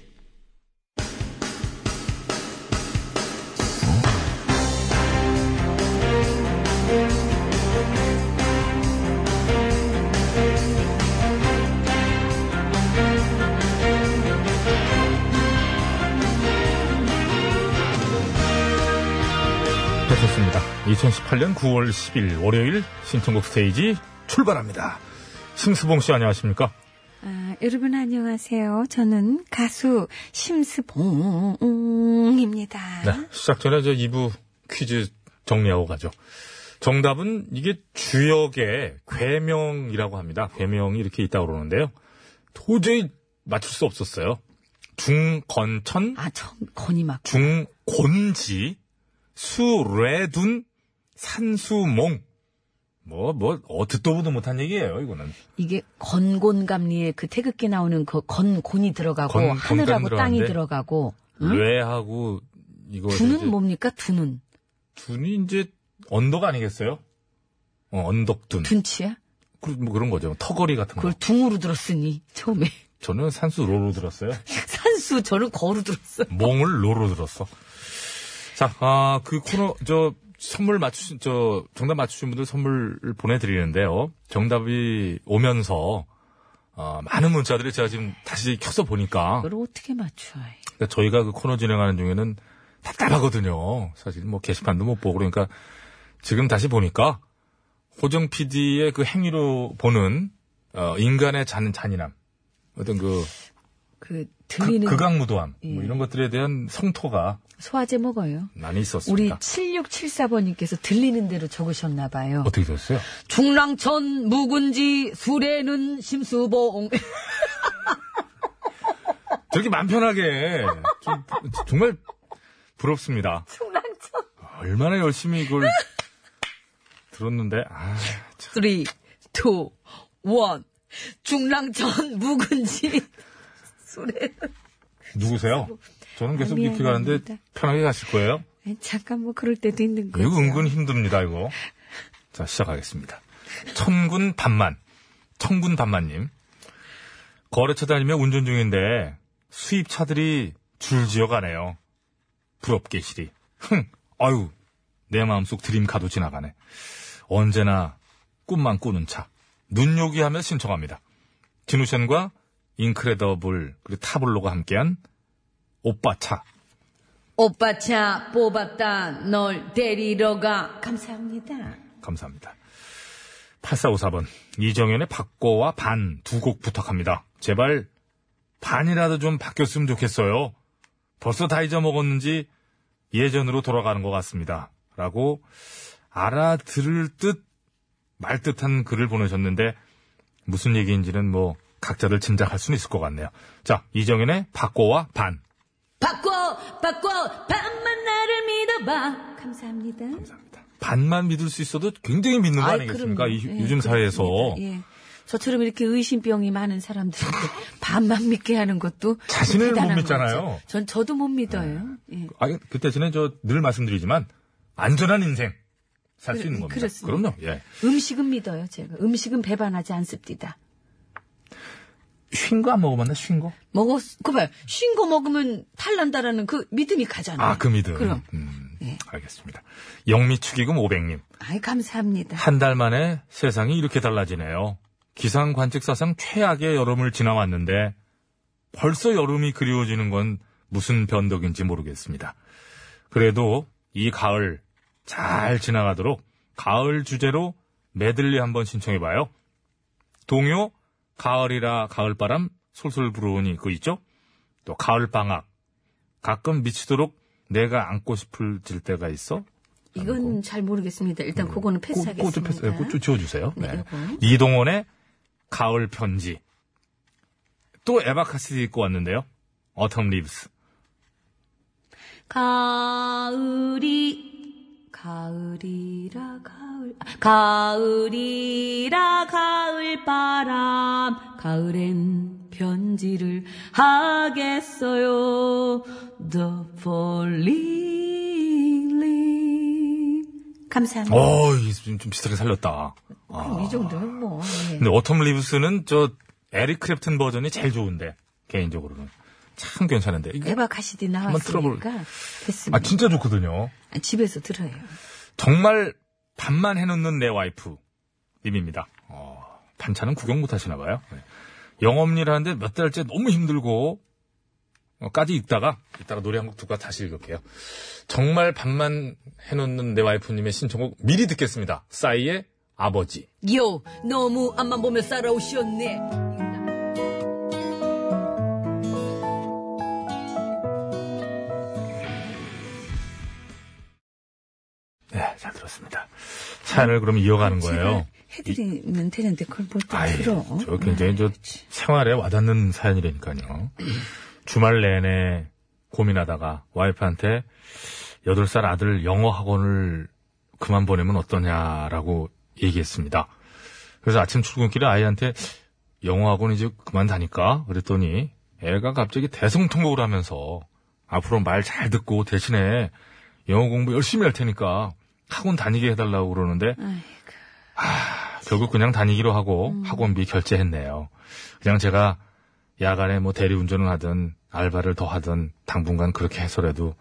Speaker 3: 좋습니다. 2018년 9월 10일 월요일 신청곡 스테이지 출발합니다. 심수봉 씨 안녕하십니까?
Speaker 8: 아, 여러분 안녕하세요. 저는 가수 심스봉입니다.
Speaker 3: 네. 시작 전에 저 2부 퀴즈 정리하고 가죠. 정답은 이게 주역의 괴명이라고 합니다. 괴명이 이렇게 있다고 그러는데요. 도저히 맞출 수 없었어요. 중건천,
Speaker 4: 아, 처음 건이 막
Speaker 3: 중곤지, 수레둔, 산수몽. 뭐, 뭐, 어, 듣도 보도 못한 얘기예요, 이거는.
Speaker 4: 이게 건곤감리에 그 태극기 나오는 그 건곤이 들어가고
Speaker 3: 건- 건간
Speaker 4: 하늘하고 땅이
Speaker 3: 들어가는데?
Speaker 4: 들어가고 응?
Speaker 3: 뇌하고, 이거. 이제
Speaker 4: 두는 뭐? 뭡니까? 두는
Speaker 3: 둔이 이제 언덕 아니겠어요? 어, 언덕둔.
Speaker 4: 둔치야?
Speaker 3: 그, 뭐 그런 거죠. 터거리 같은 거.
Speaker 4: 그걸 둥으로 들었으니 처음에
Speaker 3: 저는 산수 로로 들었어요.
Speaker 4: 산수 저는 거로 들었어.
Speaker 3: 몽을 로로 들었어. 자, 아, 그 코너, 저, 선물 맞추신, 저, 정답 맞추신 분들 선물 보내드리는데요. 정답이 오면서, 아, 많은 문자들이 제가 지금 다시 켜서 보니까,
Speaker 4: 그걸 어떻게 맞춰? 아이.
Speaker 3: 그러니까 저희가 그 코너 진행하는 중에는 답답하거든요. 사실 뭐 게시판도 못 보고 그러니까 지금 다시 보니까 호정 PD의 그 행위로 보는 어, 인간의 잔, 잔인함, 어떤 그
Speaker 4: 그
Speaker 3: 그,
Speaker 4: 들리는
Speaker 3: 극악무도함 뭐
Speaker 4: 예.
Speaker 3: 이런 것들에 대한 성토가
Speaker 4: 소화제 먹어요.
Speaker 3: 많이
Speaker 4: 우리
Speaker 3: 있었습니다.
Speaker 4: 7674번님께서 들리는 대로 적으셨나 봐요.
Speaker 3: 어떻게 됐어요?
Speaker 4: 중랑천 묵은지 수레는 심수봉.
Speaker 3: 저렇게 맘 편하게 좀, 정말 부럽습니다. 아, 얼마나 열심히 이걸 들었는데 아,
Speaker 4: 3, 2, 1. 중랑천 묵은지 수레는.
Speaker 3: 누구세요? 저는 계속
Speaker 4: 아,
Speaker 3: 이렇게 가는데
Speaker 4: 미안합니다.
Speaker 3: 편하게 가실 거예요?
Speaker 4: 아니, 잠깐 뭐 그럴 때도 있는 거죠.
Speaker 3: 이거 은근 힘듭니다, 이거. 자, 시작하겠습니다. 천군 반만. 천군 반만님. 거래처 다니며 운전 중인데 수입차들이 줄지어 가네요. 부럽게 시리. 흥, 아유, 내 마음속 드림카도 지나가네. 언제나 꿈만 꾸는 차. 눈요기하며 신청합니다. 진우션과 인크레더블, 그리고 타블로가 함께한 오빠 차.
Speaker 4: 오빠 차 뽑았다. 널 데리러 가. 감사합니다.
Speaker 3: 감사합니다. 8454번. 이정현의 바꿔와 반 두 곡 부탁합니다. 제발 반이라도 좀 바뀌었으면 좋겠어요. 벌써 다 잊어먹었는지 예전으로 돌아가는 것 같습니다. 라고 알아들을 듯 말듯한 글을 보내셨는데 무슨 얘기인지는 뭐 각자들 짐작할 수는 있을 것 같네요. 자, 이정현의 바꿔와 반.
Speaker 4: 바꿔, 바꿔, 밤만 나를 믿어봐. 감사합니다.
Speaker 3: 감사합니다. 반만 믿을 수 있어도 굉장히 믿는 거
Speaker 4: 아이,
Speaker 3: 아니겠습니까?
Speaker 4: 그럼요.
Speaker 3: 이-
Speaker 4: 예,
Speaker 3: 요즘 사회에서.
Speaker 4: 그렇습니다. 예. 저처럼 이렇게 의심병이 많은 사람들한테 반만 믿게 하는 것도
Speaker 3: 자신을
Speaker 4: 대단한
Speaker 3: 못 믿잖아요.
Speaker 4: 거죠. 전 저도 못 믿어요. 예.
Speaker 3: 아니, 그 대신에 저 늘 말씀드리지만 안전한 인생 살 수 있는 겁니다.
Speaker 4: 그렇습니다.
Speaker 3: 럼요 예.
Speaker 4: 음식은 믿어요, 제가. 음식은 배반하지 않습니다.
Speaker 3: 쉰 거 안 먹어봤나? 쉰 거?
Speaker 4: 먹었, 그 봐요. 쉰거 먹으면 탈난다라는 그 믿음이 가잖아요.
Speaker 3: 아, 그 믿음.
Speaker 4: 그럼.
Speaker 3: 음,
Speaker 4: 예.
Speaker 3: 알겠습니다. 영미축의금 500님.
Speaker 4: 아이, 감사합니다.
Speaker 3: 한 달 만에 세상이 이렇게 달라지네요. 기상 관측 사상 최악의 여름을 지나왔는데 벌써 여름이 그리워지는 건 무슨 변덕인지 모르겠습니다. 그래도 이 가을 잘 지나가도록 가을 주제로 메들리 한번 신청해봐요. 동요 가을이라 가을바람 솔솔 불어오니 그거 있죠? 또 가을방학 가끔 미치도록 내가 안고 싶을 질 때가 있어
Speaker 4: 이건 잘 모르겠습니다. 일단 그거는 패스하겠습니다.
Speaker 3: 꽃, 꽃좀 음. 패스, 예, 꽃좀 지워주세요.
Speaker 4: 네,
Speaker 3: 네.
Speaker 4: 요거.
Speaker 3: 이동원의 가을 편지. 또 에바카시디 입고 왔는데요. Autumn Leaves.
Speaker 4: 가을이 가을이라 가을 아, 가을이라 가을 바람 가을엔 편지를 하겠어요 The Falling Leaf 감사합니다
Speaker 3: 어, 이 좀, 좀 비슷하게 살렸다.
Speaker 4: 네.
Speaker 3: 아.
Speaker 4: 그럼 이 정도면 뭐 예.
Speaker 3: 근데 Autumn Leaves는 저 에릭 크랩튼 버전이 제일 좋은데 개인적으로는 참 괜찮은데. 이게-
Speaker 4: 에바 카시디
Speaker 3: 틀어볼-
Speaker 4: 나왔으니까 됐습니다
Speaker 3: 아 진짜 좋거든요.
Speaker 4: 아, 집에서 들어요
Speaker 3: 정말 반만 해놓는 내 와이프 님입니다. 어, 반찬은 구경 못 하시나 봐요. 네. 영업일 하는데 몇 달째 너무 힘들고 어, 까지 읽다가 이따가 노래 한 곡 듣고 다시 읽을게요. 정말 반만 해놓는 내 와이프님의 신청곡 미리 듣겠습니다. 싸이의 아버지.
Speaker 4: 요 너무 앞만 보며 살아오셨네
Speaker 3: 네, 잘 들었습니다. 사연을 그럼 이어가는 거예요.
Speaker 4: 해드리면 되는데 그걸 뭐
Speaker 3: 아이,
Speaker 4: 뭘또 들어?
Speaker 3: 저 굉장히 저 생활에 와닿는 사연이라니까요. 주말 내내 고민하다가 와이프한테 8살 아들 영어 학원을 그만 보내면 어떠냐라고 얘기했습니다. 그래서 아침 출근길에 아이한테 영어 학원 이제 그만 다니까 그랬더니 애가 갑자기 대성통곡을 하면서 앞으로 말 잘 듣고 대신에 영어 공부 열심히 할 테니까 학원 다니게 해달라고 그러는데 결국 그냥 다니기로 하고 학원비 결제했네요. 그냥 제가 야간에 뭐 대리운전을 하든 알바를 더 하든 당분간 그렇게 해서라도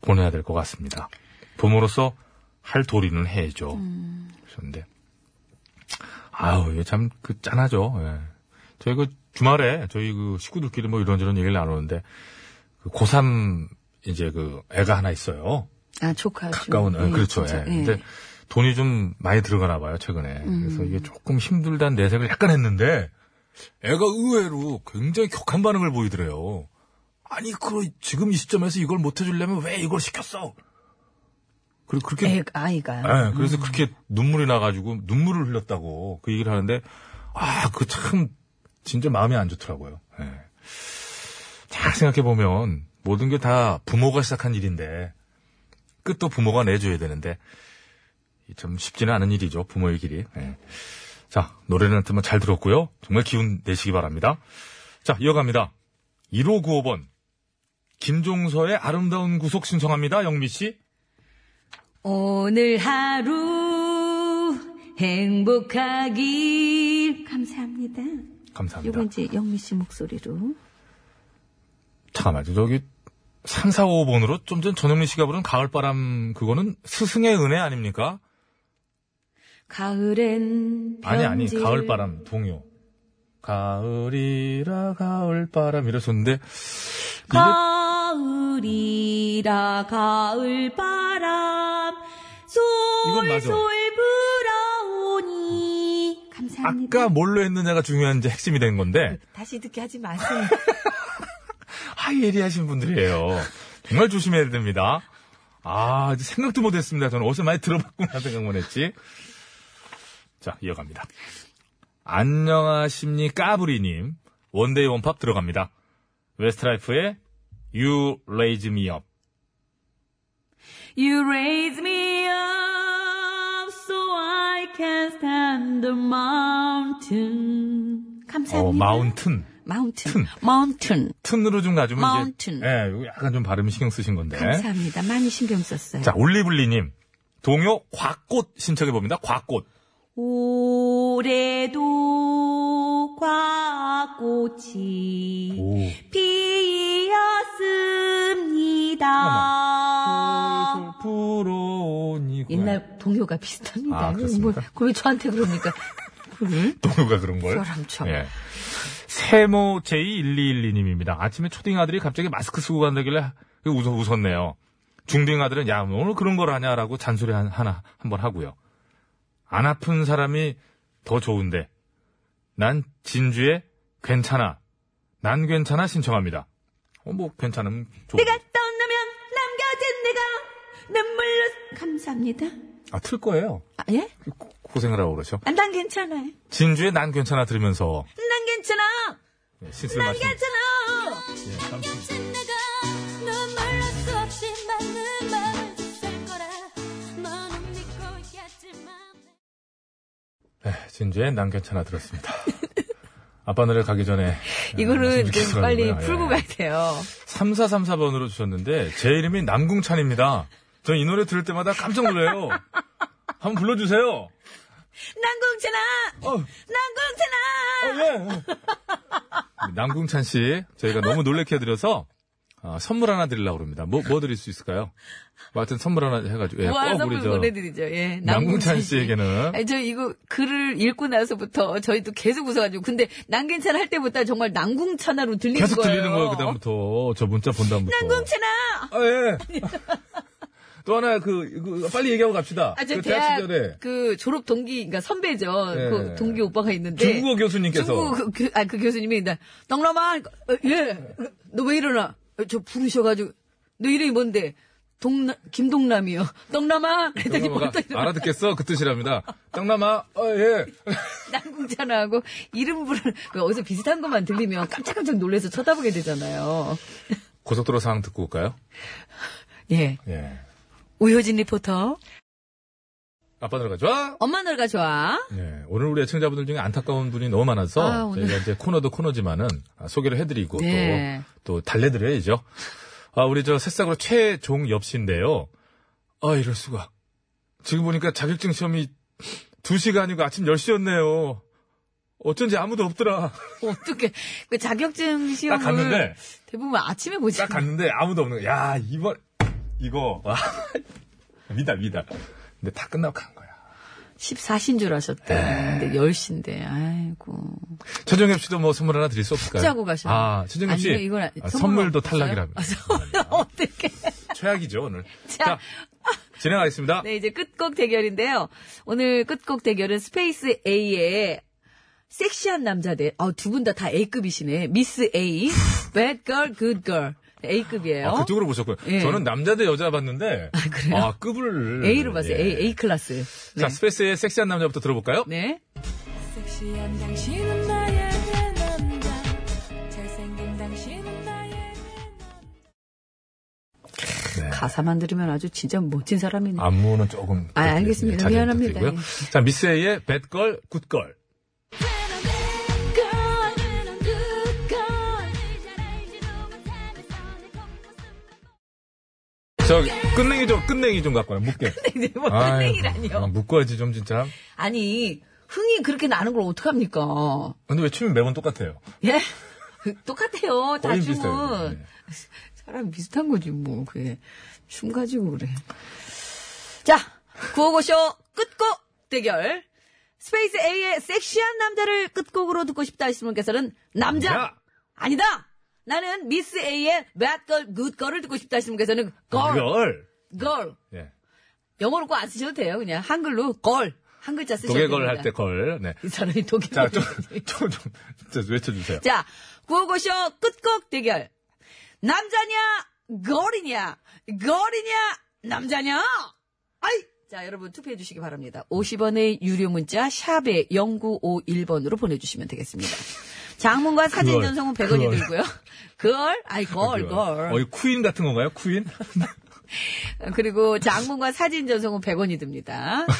Speaker 3: 보내야 될 것 같습니다. 부모로서 할 도리는 해야죠. 그런데 아우 이게 참 그 짠하죠. 예. 저희 그 주말에 저희 그 식구들끼리 뭐 이런저런 얘기를 나누는데 그 고3 이제 그 애가 하나 있어요.
Speaker 4: 아, 조카.
Speaker 3: 가까운, 어, 그렇죠. 예. 음. 근데 돈이 좀 많이 들어가나 봐요, 최근에. 그래서 이게 조금 힘들다는 내색을 약간 했는데, 애가 의외로 굉장히 격한 반응을 보이더래요. 아니, 그, 지금 이 시점에서 이걸 못 해주려면 왜 이걸 시켰어? 그리고 그렇게.
Speaker 4: 애, 아이가.
Speaker 3: 예, 그래서 그렇게 눈물이 나가지고 눈물을 흘렸다고 그 얘기를 하는데, 아, 그 참 진짜 마음이 안 좋더라고요. 예. 잘 생각해보면 모든 게 다 부모가 시작한 일인데, 끝도 부모가 내줘야 되는데, 이참 쉽지는 않은 일이죠. 부모의 길이. 예. 자, 노래는 한테만잘 들었고요. 정말 기운 내시기 바랍니다. 자, 이어갑니다. 1595번. 김종서의 아름다운 구속 신청합니다. 영미 씨.
Speaker 4: 오늘 하루 행복하길 감사합니다.
Speaker 3: 감사합니다.
Speaker 4: 요거 이제 영미 씨 목소리로.
Speaker 3: 잠깐만요. 저기 3, 4, 5번으로 좀 전 전영민 씨가 부른 가을바람 그거는 스승의 은혜 아닙니까?
Speaker 4: 가을엔
Speaker 3: 아니 아니
Speaker 4: 편지를-
Speaker 3: 가을바람 동요. 가을이라 가을바람 이랬었는데 이게
Speaker 4: 가을이라 가을 바람
Speaker 3: 이건 맞아.
Speaker 4: 솔솔 불어오니 감사합니다.
Speaker 3: 아까 뭘로 했느냐가 중요한 이제 핵심이 된 건데
Speaker 8: 다시 듣게 하지 마세요.
Speaker 3: 하이 예리하신 분들이에요. 정말 조심해야 됩니다. 아, 이제 생각도 못했습니다. 저는 어디서 많이 들어봤구나 생각만 했지. 자, 이어갑니다. 안녕하십니까, 부리님. 원데이 원팝 들어갑니다. 웨스트라이프의 You Raise Me Up.
Speaker 4: You raise me up so I can stand the mountain. 감사합니다.
Speaker 3: 어, 마운튼.
Speaker 4: 마운튼. 마운튼.
Speaker 3: 튼으로 좀 가주면
Speaker 4: 마운튼.
Speaker 3: 이제. 예, 이거 약간 좀 발음 신경 쓰신 건데.
Speaker 4: 감사합니다. 많이 신경 썼어요.
Speaker 3: 네. 자, 올리블리님. 동요 곽꽃 신청해봅니다. 곽꽃.
Speaker 4: 올해도 과꽃이
Speaker 3: 오.
Speaker 4: 피었습니다.
Speaker 3: 부러우니
Speaker 4: 옛날 동요가 비슷합니다.
Speaker 3: 아, 그렇습니까? 네.
Speaker 4: 뭐, 그왜 저한테 그럽니까? 그걸?
Speaker 3: 동요가 그런 걸.
Speaker 4: 사람참.
Speaker 3: 예. 세모 J1212님입니다. 아침에 초딩 아들이 갑자기 마스크 쓰고 간다길래 그 웃어, 웃었네요. 중딩 아들은 야, 뭐 오늘 그런 걸 하냐라고 잔소리 한- 하나 한번 하고요. 안 아픈 사람이 더 좋은데 난 진주의 괜찮아. 난 괜찮아 신청합니다. 어, 뭐 괜찮으면 좋고.
Speaker 4: 떠나면 남겨진 내가 눈물로 감사합니다.
Speaker 3: 아, 틀 거예요.
Speaker 4: 아, 예?
Speaker 3: 고- 고생을 하고 그러죠.
Speaker 4: 아, 난 괜찮아요. 난
Speaker 3: 진주의 난 괜찮아 들으면서
Speaker 4: 괜찮아.
Speaker 3: 예, 신스를 마시
Speaker 4: 괜찮아.
Speaker 3: 진주의 난 괜찮아 들었습니다. 아빠 노래 가기 전에 예,
Speaker 4: 이거는 좀 빨리 풀고 가야 돼요.
Speaker 3: 3434번으로 주셨는데 제 이름이 남궁찬입니다. 전 이 노래 들을 때마다 깜짝 놀라요. 한번 불러주세요. 어,
Speaker 4: 난 괜찮아. 난
Speaker 3: 예. 남궁찬 씨 저희가 너무 놀래켜드려서 아, 선물 하나 드리려고 합니다. 뭐, 뭐 드릴 수 있을까요? 뭐 하여튼 선물 하나 해가지고 예,
Speaker 4: 괜찮아. 와,
Speaker 3: 꼭
Speaker 4: 뭐 선물
Speaker 3: 우리 저
Speaker 4: 보내드리죠. 예.
Speaker 3: 남궁찬 씨에게는
Speaker 4: 아니, 저 이거 글을 읽고 나서부터 저희도 계속 웃어가지고 근데 난 괜찮아 할 때보다 정말 난궁찬아로 들리는
Speaker 3: 계속
Speaker 4: 거예요.
Speaker 3: 들리는 거예요. 그다음부터 저 문자 본 다음부터.
Speaker 4: 난궁찬아.
Speaker 3: 아, 예. 또 하나 그, 그 빨리 얘기하고 갑시다.
Speaker 4: 아, 저
Speaker 3: 그
Speaker 4: 대학
Speaker 3: 대학 시절에
Speaker 4: 그 졸업 동기, 그러니까 선배죠.
Speaker 3: 예.
Speaker 4: 그 동기 오빠가 있는데
Speaker 3: 중국어 교수님께서
Speaker 4: 중국 그, 그, 아, 그 교수님이 나 동남아 예. 너 왜 이러나? 어, 저 부르셔가지고 너 이름이 뭔데? 동남 김동남이요. 동남아. 그랬더니
Speaker 3: 동남아가
Speaker 4: 벌떡 일어나.
Speaker 3: 알아듣겠어 그 뜻이랍니다. 땅남아 어, 예.
Speaker 4: 난궁찬하고 이름 부르는 그 어디서 비슷한 것만 들리면 깜짝깜짝 놀라서 쳐다보게 되잖아요.
Speaker 3: 고속도로 상황 듣고 올까요?
Speaker 4: 예.
Speaker 3: 예.
Speaker 4: 우효진 리포터.
Speaker 3: 아빠 노래가 좋아.
Speaker 4: 엄마 노래가 좋아.
Speaker 3: 예. 오늘 우리 애청자분들 중에 안타까운 분이 너무 많아서
Speaker 4: 아, 오늘.
Speaker 3: 저희가 이제 코너도 코너지만은 아, 소개를 해드리고
Speaker 4: 네.
Speaker 3: 또, 또 달래드려야죠. 아 우리 저 새싹으로 최종엽 씨인데요. 아 이럴 수가. 지금 보니까 자격증 시험이 2시가 아니고 아침 10시였네요. 어쩐지 아무도 없더라.
Speaker 4: 어떻게 그 자격증 시험을
Speaker 3: 딱 갔는데
Speaker 4: 대부분 아침에 보지.
Speaker 3: 딱 갔는데 아무도 없는 거야. 야, 이번, 이거, 와. 미다, 미다. 근데 다 끝나고 간 거야.
Speaker 4: 14시인 줄 아셨대.
Speaker 3: 네.
Speaker 4: 근데 10시인데, 아이고.
Speaker 3: 최종엽 씨도 뭐 선물 하나 드릴 수 없을까요?
Speaker 4: 숙제하고 가셔.
Speaker 3: 아, 네. 최종엽 씨.
Speaker 4: 아니요, 이건
Speaker 3: 아,
Speaker 4: 선물
Speaker 3: 선물도 아,
Speaker 4: 없어요?
Speaker 3: 탈락이랍니다.
Speaker 4: 어떻게
Speaker 3: 최악이죠, 오늘.
Speaker 4: 자.
Speaker 3: 자, 진행하겠습니다.
Speaker 4: 네, 이제 끝곡 대결인데요. 오늘 끝곡 대결은 스페이스 A의 섹시한 남자들. 아, 두 분 다 다 A급이시네. 미스 A, bad girl, good girl. A급이에요.
Speaker 3: 아, 그쪽으로 보셨고요.
Speaker 4: 예.
Speaker 3: 저는 남자 대 여자 봤는데. 아,
Speaker 4: 그래요?
Speaker 3: 급을.
Speaker 4: A로 봤어요.
Speaker 3: 예.
Speaker 4: A, A 클래스. 네.
Speaker 3: 자, 스페이스의 섹시한 남자부터 들어볼까요?
Speaker 4: 네.
Speaker 9: 섹시한 당신은 나의 남자 잘생긴 당신은 나의
Speaker 3: 네.
Speaker 4: 가사만 들으면 아주 진짜 멋진 사람이네.
Speaker 3: 안무는 조금.
Speaker 4: 아, 알겠습니다.
Speaker 3: 자제해
Speaker 4: 미안합니다. 예.
Speaker 3: 부탁드리고요. 자, 미스 A의 배걸, 굿걸. 저, 끝냉이 좀, 끝냉이 좀 갖고 와요, 묶게.
Speaker 4: 이제 뭐
Speaker 3: 아유, 아,
Speaker 4: 흥이라니요.
Speaker 3: 묶어야지, 좀, 진짜.
Speaker 4: 아니, 흥이 그렇게 나는 걸 어떡합니까?
Speaker 3: 근데 왜 춤이 매번 똑같아요?
Speaker 4: 예? 똑같아요. 다
Speaker 3: 거의 비슷해요.
Speaker 4: 춤은.
Speaker 3: 네.
Speaker 4: 사람 비슷한 거지, 뭐. 그게. 춤 가지고 그래. 자, 구호고쇼 끝곡 대결. 스페이스 A의 섹시한 남자를 끝곡으로 듣고 싶다 하시는 분께서는 남자!
Speaker 3: 남자!
Speaker 4: 아니다! 나는 미스 A의 bad girl, good girl을 듣고 싶다 하시는 분께서는 girl,
Speaker 3: 걸.
Speaker 4: girl.
Speaker 3: 예.
Speaker 4: 영어로 꼭 안 쓰셔도 돼요. 그냥 한글로 걸. 한 글자 쓰셔도 돼요.
Speaker 3: 도개걸 할 때 걸. 네.
Speaker 4: 이 사람이 독일.
Speaker 3: 자, 좀, 좀, 좀, 좀 외쳐주세요.
Speaker 4: 자, 구호고쇼 끝곡 대결. 남자냐, 걸이냐, 걸이냐, 남자냐? 아이! 자, 여러분 투표해 주시기 바랍니다. 50원의 유료 문자 샵에 0951번으로 보내주시면 되겠습니다. 장문과 사진
Speaker 3: 그걸,
Speaker 4: 전송은 100원이
Speaker 3: 그걸.
Speaker 4: 들고요. 걸, 아이, 걸, 걸.
Speaker 3: 어, 이 쿠인 같은 건가요? 쿠인?
Speaker 4: 그리고 장문과 사진 전송은 100원이 듭니다.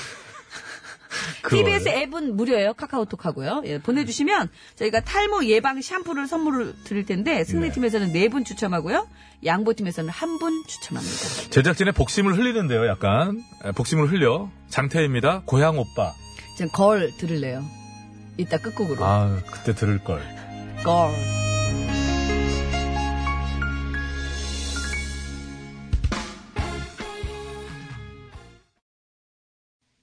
Speaker 3: 그걸.
Speaker 4: TBS 앱은 무료예요. 카카오톡 하고요. 예, 보내주시면 저희가 탈모 예방 샴푸를 선물을 드릴 텐데 승리팀에서는 네 분 추첨하고요. 양보팀에서는 한 분 추첨합니다.
Speaker 3: 제작진의 복심을 흘리는데요, 약간. 에, 복심을 흘려. 장태입니다. 고향 오빠.
Speaker 4: 지금 걸 들을래요. 이따 끝곡으로.
Speaker 3: 아, 그때 들을걸.
Speaker 4: 걸.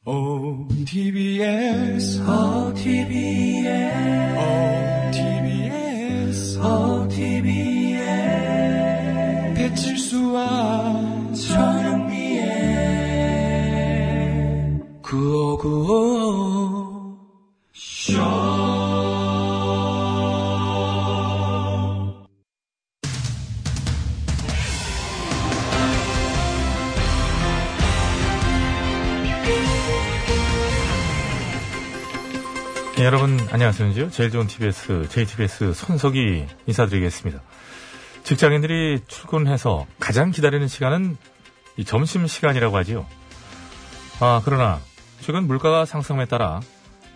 Speaker 10: 오 TBS 오 TBS 오 TBS 오 TBS 배칠수와 전영미의 구호구호 쇼
Speaker 3: 예, 여러분 안녕하세요. 제일 좋은 TBS, JTBS 손석희 인사드리겠습니다. 직장인들이 출근해서 가장 기다리는 시간은 이 점심 시간이라고 하지요. 아 그러나 최근 물가가 상승에 따라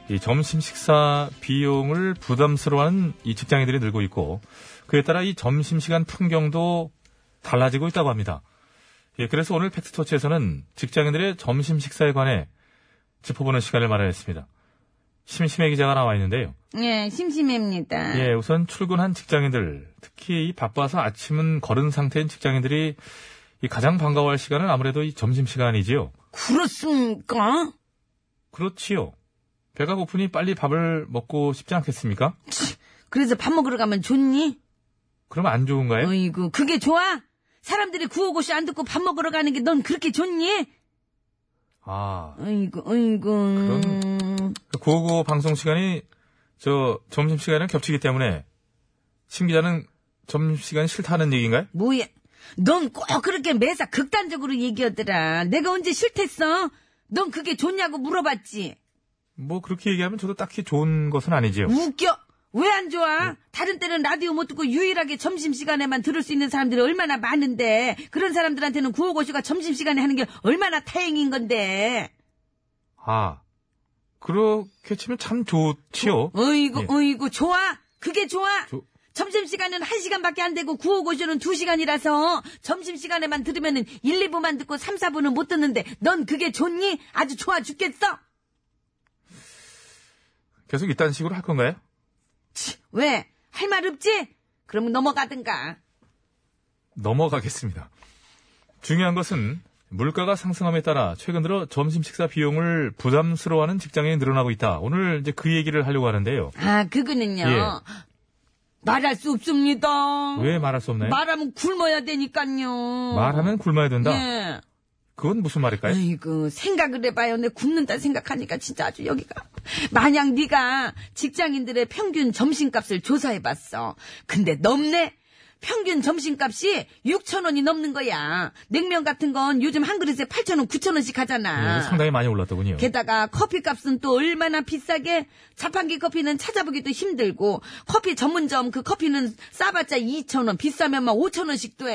Speaker 3: 이 점심 식사 비용을 부담스러워하는 이 직장인들이 늘고 있고 그에 따라 이 점심 시간 풍경도 달라지고 있다고 합니다. 예, 그래서 오늘 팩스터치에서는 직장인들의 점심 식사에 관해 짚어보는 시간을 마련했습니다. 심심해 기자가 나와 있는데요.
Speaker 4: 예, 심심해입니다.
Speaker 3: 예, 우선 출근한 직장인들, 특히 이 바빠서 아침은 걸은 상태인 직장인들이 이 가장 반가워할 시간은 아무래도 이 점심 시간이지요.
Speaker 4: 그렇습니까?
Speaker 3: 그렇지요. 배가 고프니 빨리 밥을 먹고 싶지 않겠습니까?
Speaker 4: 그래서 밥 먹으러 가면 좋니?
Speaker 3: 그러면 안 좋은가요?
Speaker 4: 어이구, 그게 좋아? 사람들이 구호고시 안 듣고 밥 먹으러 가는 게 넌 그렇게 좋니?
Speaker 3: 아,
Speaker 4: 어이구, 어이구.
Speaker 3: 고고 방송 시간이 저 점심 시간이랑 겹치기 때문에 심 기자는 점심 시간 이 싫다는 얘기인가요?
Speaker 4: 뭐야? 넌 꼭 그렇게 매사 극단적으로 얘기하더라. 내가 언제 싫댔어? 넌 그게 좋냐고 물어봤지.
Speaker 3: 뭐 그렇게 얘기하면 저도 딱히 좋은 것은 아니지요.
Speaker 4: 웃겨. 왜 안 좋아? 다른 때는 라디오 못 듣고 유일하게 점심시간에만 들을 수 있는 사람들이 얼마나 많은데 그런 사람들한테는 구호고쇼가 점심시간에 하는 게 얼마나 다행인 건데.
Speaker 3: 아, 그렇게 치면 참 좋지요.
Speaker 4: 어이구
Speaker 3: 예.
Speaker 4: 어이구 좋아. 그게 좋아.
Speaker 3: 조-
Speaker 4: 점심시간은 1시간밖에 안 되고 구호고쇼는 2시간이라서 점심시간에만 들으면은 1, 2부만 듣고 3, 4부는 못 듣는데 넌 그게 좋니? 아주 좋아 죽겠어.
Speaker 3: 계속 이딴 식으로 할 건가요?
Speaker 4: 왜? 할 말 없지? 그러면 넘어가든가.
Speaker 3: 넘어가겠습니다. 중요한 것은 물가가 상승함에 따라 최근 들어 점심 식사 비용을 부담스러워하는 직장인이 늘어나고 있다. 오늘 이제 그 얘기를 하려고 하는데요.
Speaker 4: 아, 그거는요.
Speaker 3: 예.
Speaker 4: 말할 수 없습니다.
Speaker 3: 왜 말할 수 없나요?
Speaker 4: 말하면 굶어야 되니까요.
Speaker 3: 말하면 굶어야 된다. 네.
Speaker 4: 예.
Speaker 3: 그건 무슨 말일까요?
Speaker 4: 네. 아이고 생각을 해봐요. 내 굶는다 생각하니까 진짜 아주 여기가 만약 네가 직장인들의 평균 점심값을 조사해봤어. 근데 넘네. 평균 점심값이 6천 원이 넘는 거야. 냉면 같은 건 요즘 한 그릇에 8천 원, 9천 원씩 하잖아.
Speaker 3: 예, 상당히 많이 올랐더군요.
Speaker 4: 게다가 커피 값은 또 얼마나 비싸게 자판기 커피는 찾아보기도 힘들고 커피 전문점 그 커피는 싸봤자 2천 원 비싸면 막 5천 원씩 돼.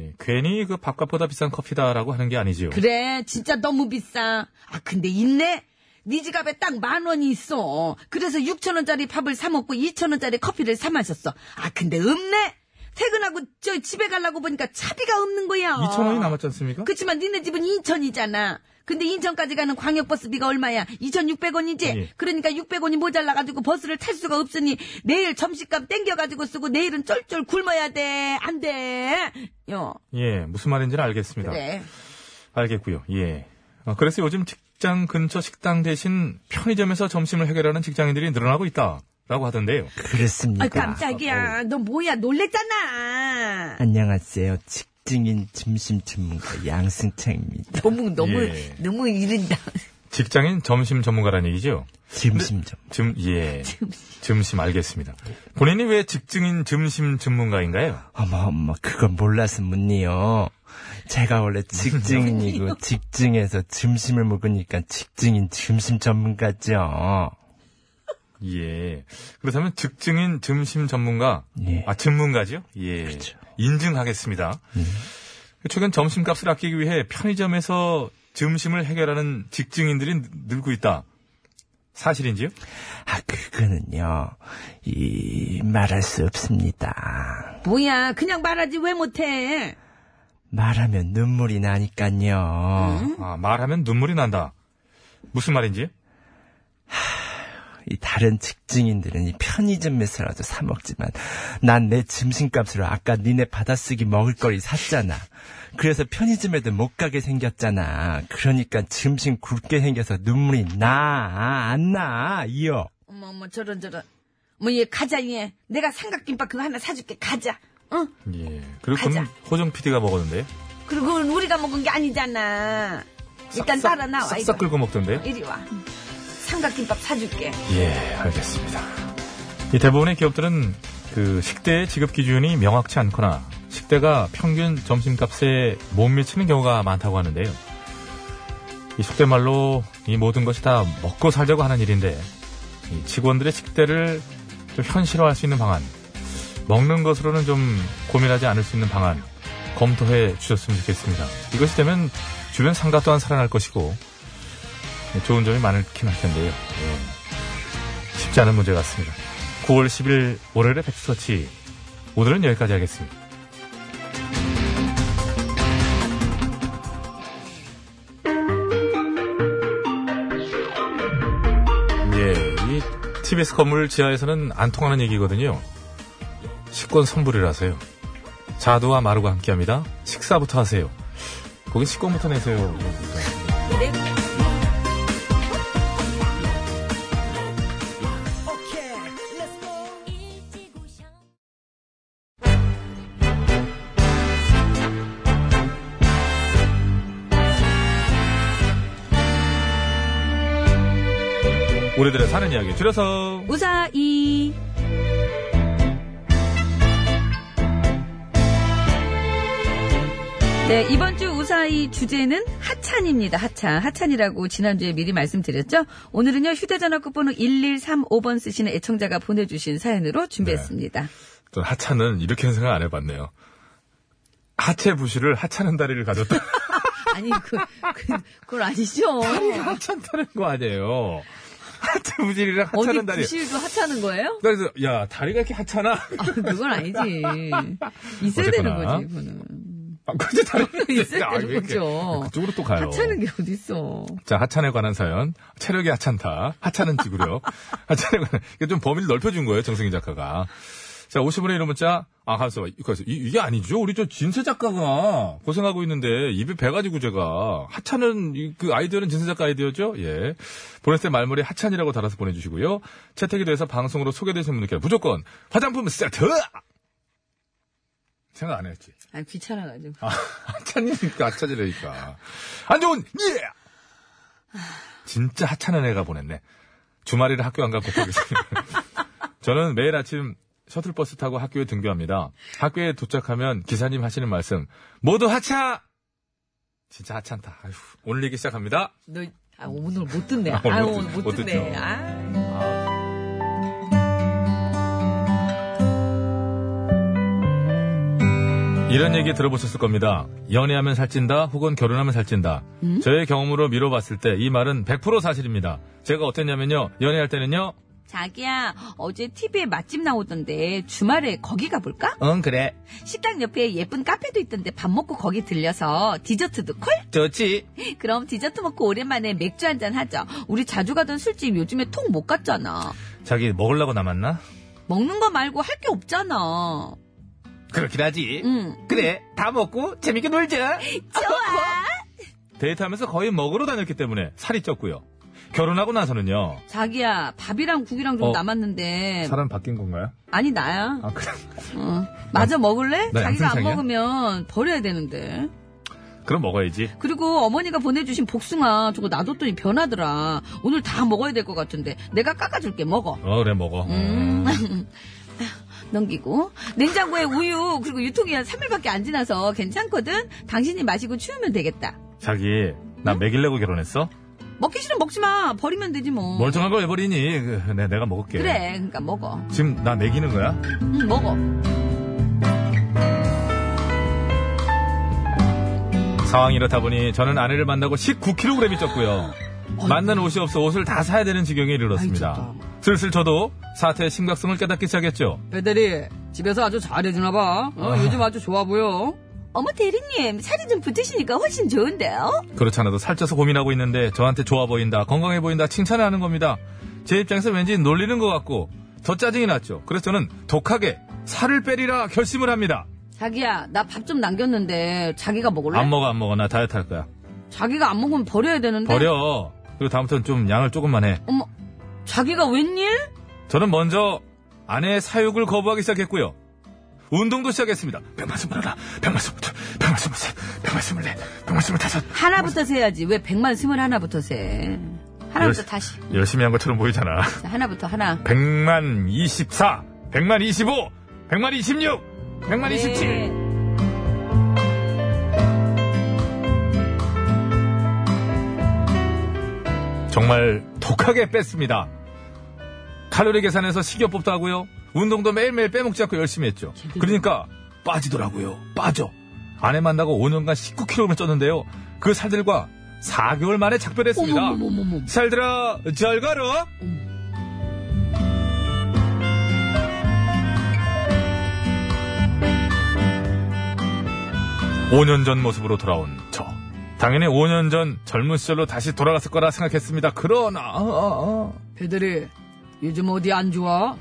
Speaker 3: 예, 괜히 그 밥값보다 비싼 커피다라고 하는 게 아니지요.
Speaker 4: 그래 진짜 너무 비싸. 아 근데 있네. 네 지갑에 딱 만 원이 있어. 그래서 6천 원짜리 밥을 사 먹고 2천 원짜리 커피를 사 마셨어. 아 근데 없네. 퇴근하고 저 집에 가려고 보니까 차비가 없는 거야.
Speaker 3: 2천 원이 남았지 않습니까?
Speaker 4: 그렇지만 니네 집은 인천이잖아. 근데 인천까지 가는 광역버스비가 얼마야? 2,600원이지?
Speaker 3: 예.
Speaker 4: 그러니까 600원이 모자라가지고 버스를 탈 수가 없으니 내일 점심값 땡겨가지고 쓰고 내일은 쫄쫄 굶어야 돼. 안 돼. 요.
Speaker 3: 예, 무슨 말인지는 알겠습니다.
Speaker 4: 그래.
Speaker 3: 알겠고요. 예. 아, 그래서 요즘 직장 근처 식당 대신 편의점에서 점심을 해결하는 직장인들이 늘어나고 있다라고 하던데요.
Speaker 6: 그렇습니다.
Speaker 4: 아,
Speaker 5: 그러니까
Speaker 4: 깜짝이야. 너 뭐야. 놀랬잖아.
Speaker 6: 안녕하세요. 직증인 점심 전문가 양승창입니다.
Speaker 4: 너무, 너무,
Speaker 3: 예.
Speaker 4: 너무 이른다.
Speaker 3: 직장인 점심 전문가라는 얘기죠?
Speaker 6: 점심 점.
Speaker 3: 점, 예. 점심 알겠습니다. 본인이 왜 직증인 점심 전문가인가요?
Speaker 6: 어머 어머 그걸 몰라서 묻니요. 제가 원래 직증인이고 직증에서 점심을 먹으니까 직증인 점심 전문가죠.
Speaker 3: 예. 그렇다면 직증인 점심 전문가,
Speaker 6: 예.
Speaker 3: 아, 전문가죠? 예. 인증하겠습니다. 최근 점심값을 아끼기 위해 편의점에서 점심을 해결하는 직증인들이 늘고 있다. 사실인지요?
Speaker 6: 아 그거는요 이 말할 수 없습니다.
Speaker 4: 뭐야. 그냥 말하지 왜 못해.
Speaker 6: 말하면 눈물이 나니까요.
Speaker 3: 아, 말하면 눈물이 난다. 무슨 말인지?
Speaker 6: 이 다른 직증인들은 이 편의점에서라도 사 먹지만 난 내 점심값으로 아까 니네 받아쓰기 먹을거리 샀잖아. 그래서 편의점에도 못 가게 생겼잖아. 그러니까 점심 굵게 생겨서 눈물이 나, 안 나, 이어.
Speaker 4: 어머, 어머, 저런, 저런. 뭐, 얘, 가자, 얘. 내가 삼각김밥 그거 하나 사줄게. 가자. 응?
Speaker 3: 예. 그리고 그건
Speaker 4: 가자.
Speaker 3: 호정 PD가 먹었는데요.
Speaker 4: 그리고 그건 우리가 먹은 게 아니잖아. 일단
Speaker 3: 싹싹-
Speaker 4: 따라 나와.
Speaker 3: 싹싹
Speaker 4: 이거.
Speaker 3: 긁어 먹던데요.
Speaker 4: 이리 와. 삼각김밥 사줄게.
Speaker 3: 예, 알겠습니다. 이 대부분의 기업들은 그 식대의 지급 기준이 명확치 않거나 식대가 평균 점심값에 못 미치는 경우가 많다고 하는데요. 이 속된 말로 이 모든 것이 다 먹고 살자고 하는 일인데 이 직원들의 식대를 좀 현실화할 수 있는 방안, 먹는 것으로는 좀 고민하지 않을 수 있는 방안 검토해 주셨으면 좋겠습니다. 이것이 되면 주변 상가 또한 살아날 것이고 네, 좋은 점이 많긴 할 텐데요. 예. 쉽지 않은 문제 같습니다. 9월 10일 월요일의 백스터치. 오늘은 여기까지 하겠습니다. 예, 이 TBS 건물 지하에서는 안 통하는 얘기거든요. 식권 선불이라서요. 자두와 마루가 함께합니다. 식사부터 하세요. 거기 식권부터 내세요. 우리들의 사는 이야기 줄여서
Speaker 4: 우사이. 네, 이번 주 우사이 주제는 하찬입니다. 하찬. 하찬이라고 지난주에 미리 말씀드렸죠? 오늘은요, 휴대전화 끝번호 1135번 쓰시는 애청자가 보내주신 사연으로
Speaker 3: 네.
Speaker 4: 준비했습니다.
Speaker 3: 전 하차는 이렇게는 생각 안 해봤네요. 하체 부실을 하찮은 다리를 가졌다.
Speaker 4: 아니, 그, 그, 그건 아니죠.
Speaker 3: 다리가 하찮다는 거 아니에요. 하체 부실이랑
Speaker 4: 어디
Speaker 3: 하찮은 다리.
Speaker 4: 부실도 하찮은 거예요?
Speaker 3: 그래서 야 다리가 이렇게 하찮아.
Speaker 4: 아, 그건 아니지. 있어야 되는
Speaker 3: 어쨌거나.
Speaker 4: 거지, 그거는.
Speaker 3: 아, 근데 다리
Speaker 4: 있을
Speaker 3: 아, 왜
Speaker 4: 때는
Speaker 3: 이렇게
Speaker 4: 거죠.
Speaker 3: 그쪽으로 또 가요.
Speaker 4: 하찮은 게 어딨어.
Speaker 3: 자 하찮에 관한 사연. 체력이 하찮다. 하찮은 지구력. 하찮에 관한 이게 좀 범위를 넓혀준 거예요 정승희 작가가. 자, 50원의 이름 문자. 아, 가서 이거서 이게 아니죠. 우리 저 진세 작가가 고생하고 있는데 입에 배 가지고 제가 하찮은 이- 그 아이디어는 진세 작가 아이디어죠. 예. 보냈을 때 말머리 하찮이라고 달아서 보내주시고요. 채택이 돼서 방송으로 소개되신 분들께 무조건 화장품 세트. 생각 안 했지.
Speaker 4: 아 귀찮아가지고.
Speaker 3: 아, 하찮으니까 하찮으니까. 안 좋은 예. 진짜 하찮은 애가 보냈네. 주말이라 학교 안 가고 거기서. 저는 매일 아침 셔틀버스 타고 학교에 등교합니다. 학교에 도착하면 기사님 하시는 말씀 모두 하차. 진짜 하찮다. 아휴, 오늘 얘기 시작합니다.
Speaker 4: 너, 아, 오늘 못 듣네.
Speaker 3: 아,
Speaker 4: 아, 유
Speaker 3: 오늘 못
Speaker 4: 오늘 못
Speaker 3: 듣- 못
Speaker 4: 듣네.
Speaker 3: 듣죠.
Speaker 4: 아.
Speaker 3: 이런 얘기 들어보셨을 겁니다. 연애하면 살찐다 혹은 결혼하면 살찐다. 저의 경험으로 미뤄봤을 때 이 말은 100% 사실입니다. 제가 어땠냐면요. 연애할 때는요.
Speaker 4: 자기야, 어제 TV에 맛집 나오던데 주말에 거기 가볼까?
Speaker 3: 응 그래.
Speaker 4: 식당 옆에 예쁜 카페도 있던데 밥 먹고 거기 들려서 디저트도 콜?
Speaker 3: 좋지.
Speaker 4: 그럼 디저트 먹고 오랜만에 맥주 한잔 하자. 우리 자주 가던 술집 요즘에 통 못 갔잖아.
Speaker 3: 자기 먹으려고 남았나?
Speaker 4: 먹는 거 말고 할 게 없잖아.
Speaker 3: 그렇긴 하지.
Speaker 6: 음.
Speaker 4: 응.
Speaker 3: 그래, 다 먹고 재밌게 놀자.
Speaker 4: 좋아.
Speaker 3: 데이트하면서 거의 먹으러 다녔기 때문에 살이 쪘고요. 결혼하고 나서는요.
Speaker 4: 자기야, 밥이랑 국이랑 좀
Speaker 3: 어.
Speaker 4: 남았는데.
Speaker 3: 사람 바뀐 건가요?
Speaker 4: 아니, 나야.
Speaker 3: 아, 그래.
Speaker 4: 어.
Speaker 3: 아.
Speaker 4: 마저 먹을래? 자기가
Speaker 3: 나
Speaker 4: 안
Speaker 3: 양승창이야?
Speaker 4: 먹으면 버려야 되는데.
Speaker 3: 그럼 먹어야지.
Speaker 4: 그리고 어머니가 보내주신 복숭아 저거 놔뒀더니 변하더라. 오늘 다 먹어야 될 것 같은데 내가 깎아줄게 먹어.
Speaker 3: 어, 그래, 먹어. 음.
Speaker 4: 넘기고 냉장고에 우유 그리고 유통기한 3일밖에 안 지나서 괜찮거든. 당신이 마시고 치우면 되겠다.
Speaker 3: 자기, 나 먹이려고 결혼했어?
Speaker 4: 먹기 싫으면 먹지 마. 버리면 되지 뭐.
Speaker 3: 멀쩡한 걸 왜 버리니? 그, 내, 내가 먹을게.
Speaker 4: 그래. 그러니까 먹어.
Speaker 3: 지금 나 먹이는 거야?
Speaker 4: 응, 먹어.
Speaker 3: 4황 이렇다 보니 저는 아내를 만나고 19kg이 쪘고요. 만난 옷이 없어 옷을 다 사야 되는 지경에 이르렀습니다. 슬슬 저도 사태의 심각성을 깨닫기 시작했죠.
Speaker 4: 배대리 집에서 아주 잘해주나 봐. 어, 요즘 아주 좋아 보여. 어머 대리님 살이 좀 붙으시니까 훨씬 좋은데요?
Speaker 3: 그렇지 않아도 살쪄서 고민하고 있는데 저한테 좋아 보인다, 건강해 보인다 칭찬을 하는 겁니다. 제 입장에서 왠지 놀리는 것 같고 더 짜증이 났죠. 그래서 저는 독하게 살을 빼리라 결심을 합니다.
Speaker 4: 자기야 나 밥 좀 남겼는데 자기가 먹을래?
Speaker 3: 안 먹어 안 먹어 나 다이어트 할 거야.
Speaker 4: 자기가 안 먹으면 버려야 되는데.
Speaker 3: 버려. 그리고 다음부터는 좀 양을 조금만 해.
Speaker 4: 어머, 자기가 웬일?
Speaker 3: 저는 먼저 아내의 사육을 거부하기 시작했고요. 운동도 시작했습니다. 백만숨 물어라, 백만숨 물어, 백만숨 물세, 백만숨 물네, 백만숨 물다섯.
Speaker 4: 하나부터 세야지. 왜 백만 스물 하나부터 세? 하나부터
Speaker 3: 열시-
Speaker 4: 다시.
Speaker 3: 열심히 한 것처럼 보이잖아.
Speaker 4: 자, 하나부터 하나.
Speaker 3: 백만 이십사, 백만 이십오, 백만 이십육,
Speaker 4: 네.
Speaker 3: 백만 이십칠. 정말 독하게 뺐습니다. 칼로리 계산해서 식이요법도 하고요. 운동도 매일매일 빼먹지 않고 열심히 했죠. 그러니까 빠지더라고요. 빠져. 아내 만나고 5년간 19kg을 쪘는데요. 그 살들과 4개월 만에 작별했습니다. 살들아, 잘 가라. 오 5년 전 모습으로 돌아온 저. 당연히 5년 전 젊은 시절로 다시 돌아갔을 거라 생각했습니다. 그러나
Speaker 4: 배들이 요즘 어디 안 좋아?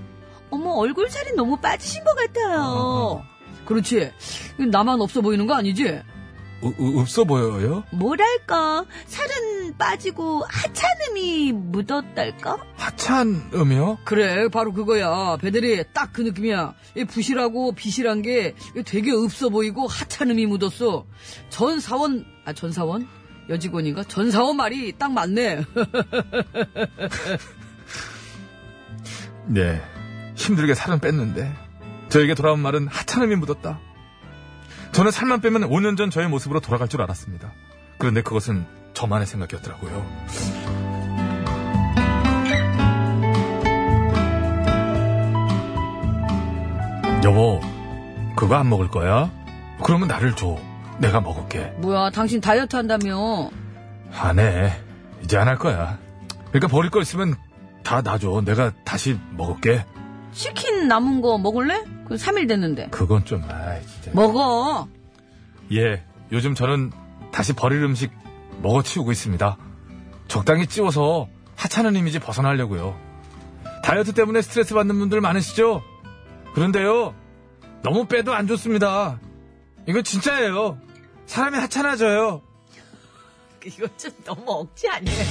Speaker 4: 어머 얼굴 살이 너무 빠지신 것 같아요. 어, 그렇지. 나만 없어 보이는 거 아니지?
Speaker 3: 없어 보여요?
Speaker 8: 뭐랄까 살은 빠지고 하찮음이 묻었달까?
Speaker 3: 하찮음이요?
Speaker 4: 그래, 바로 그거야. 배들이 딱 그 느낌이야. 이 부실하고 비실한 게이 되게 없어 보이고 하찮음이 묻었어. 전 사원, 아, 전 사원? 여직원인가? 전 사원 말이 딱 맞네.
Speaker 3: 네. 힘들게 살은 뺐는데 저에게 돌아온 말은 하찮음이 묻었다. 저는 살만 빼면 5년 전 저의 모습으로 돌아갈 줄 알았습니다. 그런데 그것은 저만의 생각이었더라고요. 여보, 그거 안 먹을 거야? 그러면 나를 줘. 내가 먹을게.
Speaker 4: 뭐야, 당신 다이어트 한다며.
Speaker 3: 안 해. 이제 안 할 거야. 그러니까 버릴 거 있으면 다 놔줘. 내가 다시 먹을게.
Speaker 4: 치킨 남은 거 먹을래? 그 3일 됐는데.
Speaker 3: 그건 좀, 아이, 진짜.
Speaker 4: 먹어.
Speaker 3: 예, 요즘 저는 다시 버릴 음식 먹어 치우고 있습니다. 적당히 찌워서 하찮은 이미지 벗어나려고요. 다이어트 때문에 스트레스 받는 분들 많으시죠? 그런데요, 너무 빼도 안 좋습니다. 이거 진짜예요. 사람이 하찮아져요.
Speaker 11: 이거 좀 너무 억지 아니에요?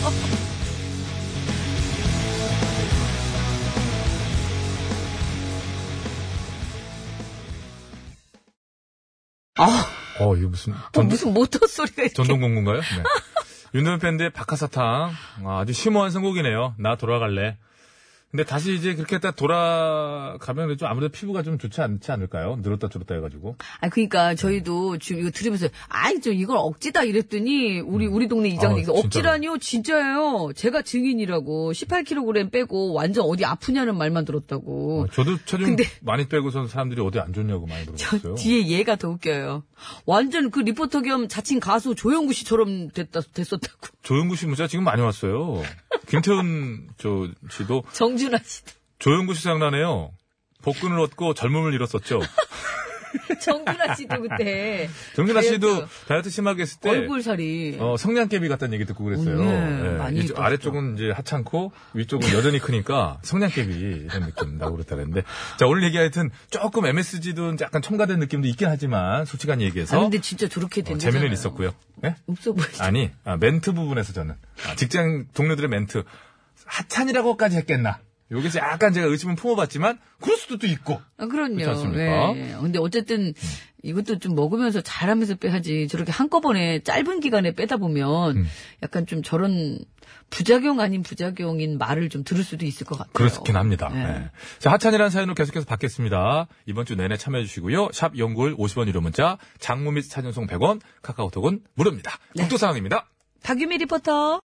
Speaker 3: 어, 이거 무슨.
Speaker 4: 어, 무슨 모터 소리가 이렇게.
Speaker 3: 전동공구인가요? 네. 윤도현 밴드의 박하사탕. 아, 주 심오한 선곡이네요. 나 돌아갈래. 근데 다시 이제 그렇게 딱 돌아가면 좀 아무래도 피부가 좀 좋지 않지 않을까요? 늘었다 줄었다 해가지고.
Speaker 4: 아, 그니까, 저희도 지금 이거 들으면서, 아이, 저 이걸 억지다 이랬더니, 우리, 우리 동네
Speaker 3: 아,
Speaker 4: 이장님, 이거
Speaker 3: 진짜로.
Speaker 4: 억지라니요? 진짜예요. 제가 증인이라고, 18kg 빼고, 완전 어디 아프냐는 말만 들었다고.
Speaker 3: 어, 저도 체중 많이 빼고선 사람들이 어디 안 좋냐고 많이 물어봤어요.
Speaker 4: 뒤에 얘가 더 웃겨요. 완전 그 리포터 겸 자칭 가수 조영구 씨처럼 됐다, 됐었다고.
Speaker 3: 조영구 씨 문자 지금 많이 왔어요. 김태훈 저 씨도
Speaker 4: 정준하 씨도.
Speaker 3: 조영구 씨 장난해요. 복근을 얻고 젊음을 잃었었죠.
Speaker 4: 정준하 씨도 그때.
Speaker 3: 정준하
Speaker 4: 다이어트.
Speaker 3: 씨도 다이어트 심하게 했을 때
Speaker 4: 얼굴살이.
Speaker 3: 어, 성냥개비 같다는 얘기 듣고 그랬어요.
Speaker 4: 오, 네.
Speaker 3: 예.
Speaker 4: 많이
Speaker 3: 이쪽
Speaker 4: 예뻤죠.
Speaker 3: 아래쪽은 이제 하찮고 위쪽은 여전히 크니까 성냥개비 이런 느낌 나고 그랬다 그랬는데 자 오늘 얘기 하여튼 조금 MSG도 약간 첨가된 느낌도 있긴 하지만 솔직한 얘기에서
Speaker 4: 아, 근데 진짜 저렇게
Speaker 3: 어,
Speaker 4: 된
Speaker 3: 재미는 있었고요. 예?
Speaker 4: 없어 보이죠.
Speaker 3: 아니 아, 멘트 부분에서 저는 아, 직장 동료들의 멘트 하찮이라고까지 했겠나 여기서 약간 제가 의심은 품어봤지만 그럴 수도 또 있고
Speaker 4: 아, 그럼요.
Speaker 3: 그렇지 않습니까?
Speaker 4: 예. 근데 어쨌든 이것도 좀 먹으면서 잘하면서 빼야지 저렇게 한꺼번에 짧은 기간에 빼다
Speaker 3: 음.
Speaker 4: 보면 약간 좀 저런 부작용 아닌 부작용인 말을 좀 들을 수도 있을 것 같아요. 네.
Speaker 3: 그렇긴 합니다. 예. 자, 하찬이라는 사연으로 계속해서 받겠습니다. 이번 주 내내 참여해주시고요. 샵 연골 50원 유료 문자, 장무 및 사진송 100원, 카카오톡은 무료입니다.
Speaker 4: 네.
Speaker 3: 국토 상황입니다.
Speaker 4: 박유미 리포터.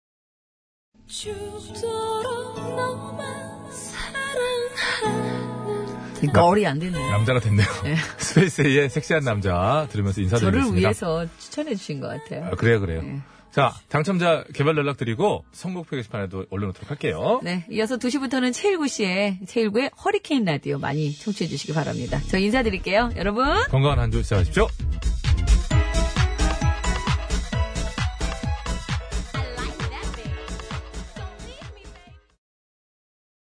Speaker 9: 죽도록 너만 사랑하는
Speaker 3: 그러니까
Speaker 4: 머리 안 되네.
Speaker 3: 남자가 됐네요. 스페이스의 섹시한 남자 들으면서
Speaker 4: 저를
Speaker 3: 인사드리겠습니다.
Speaker 4: 위해서 네. 추천해 주신 것 같아요.
Speaker 3: 아, 그래요, 그래요. 자, 당첨자 개발 연락 드리고 선곡표 게시판에도 올려놓도록 할게요.
Speaker 4: 네, 이어서 2시부터는 최일구 씨의 최일구의 허리케인 라디오 많이 청취해 주시기 바랍니다. 저 인사드릴게요. 여러분.
Speaker 3: 건강한 한 주 시작하십시오.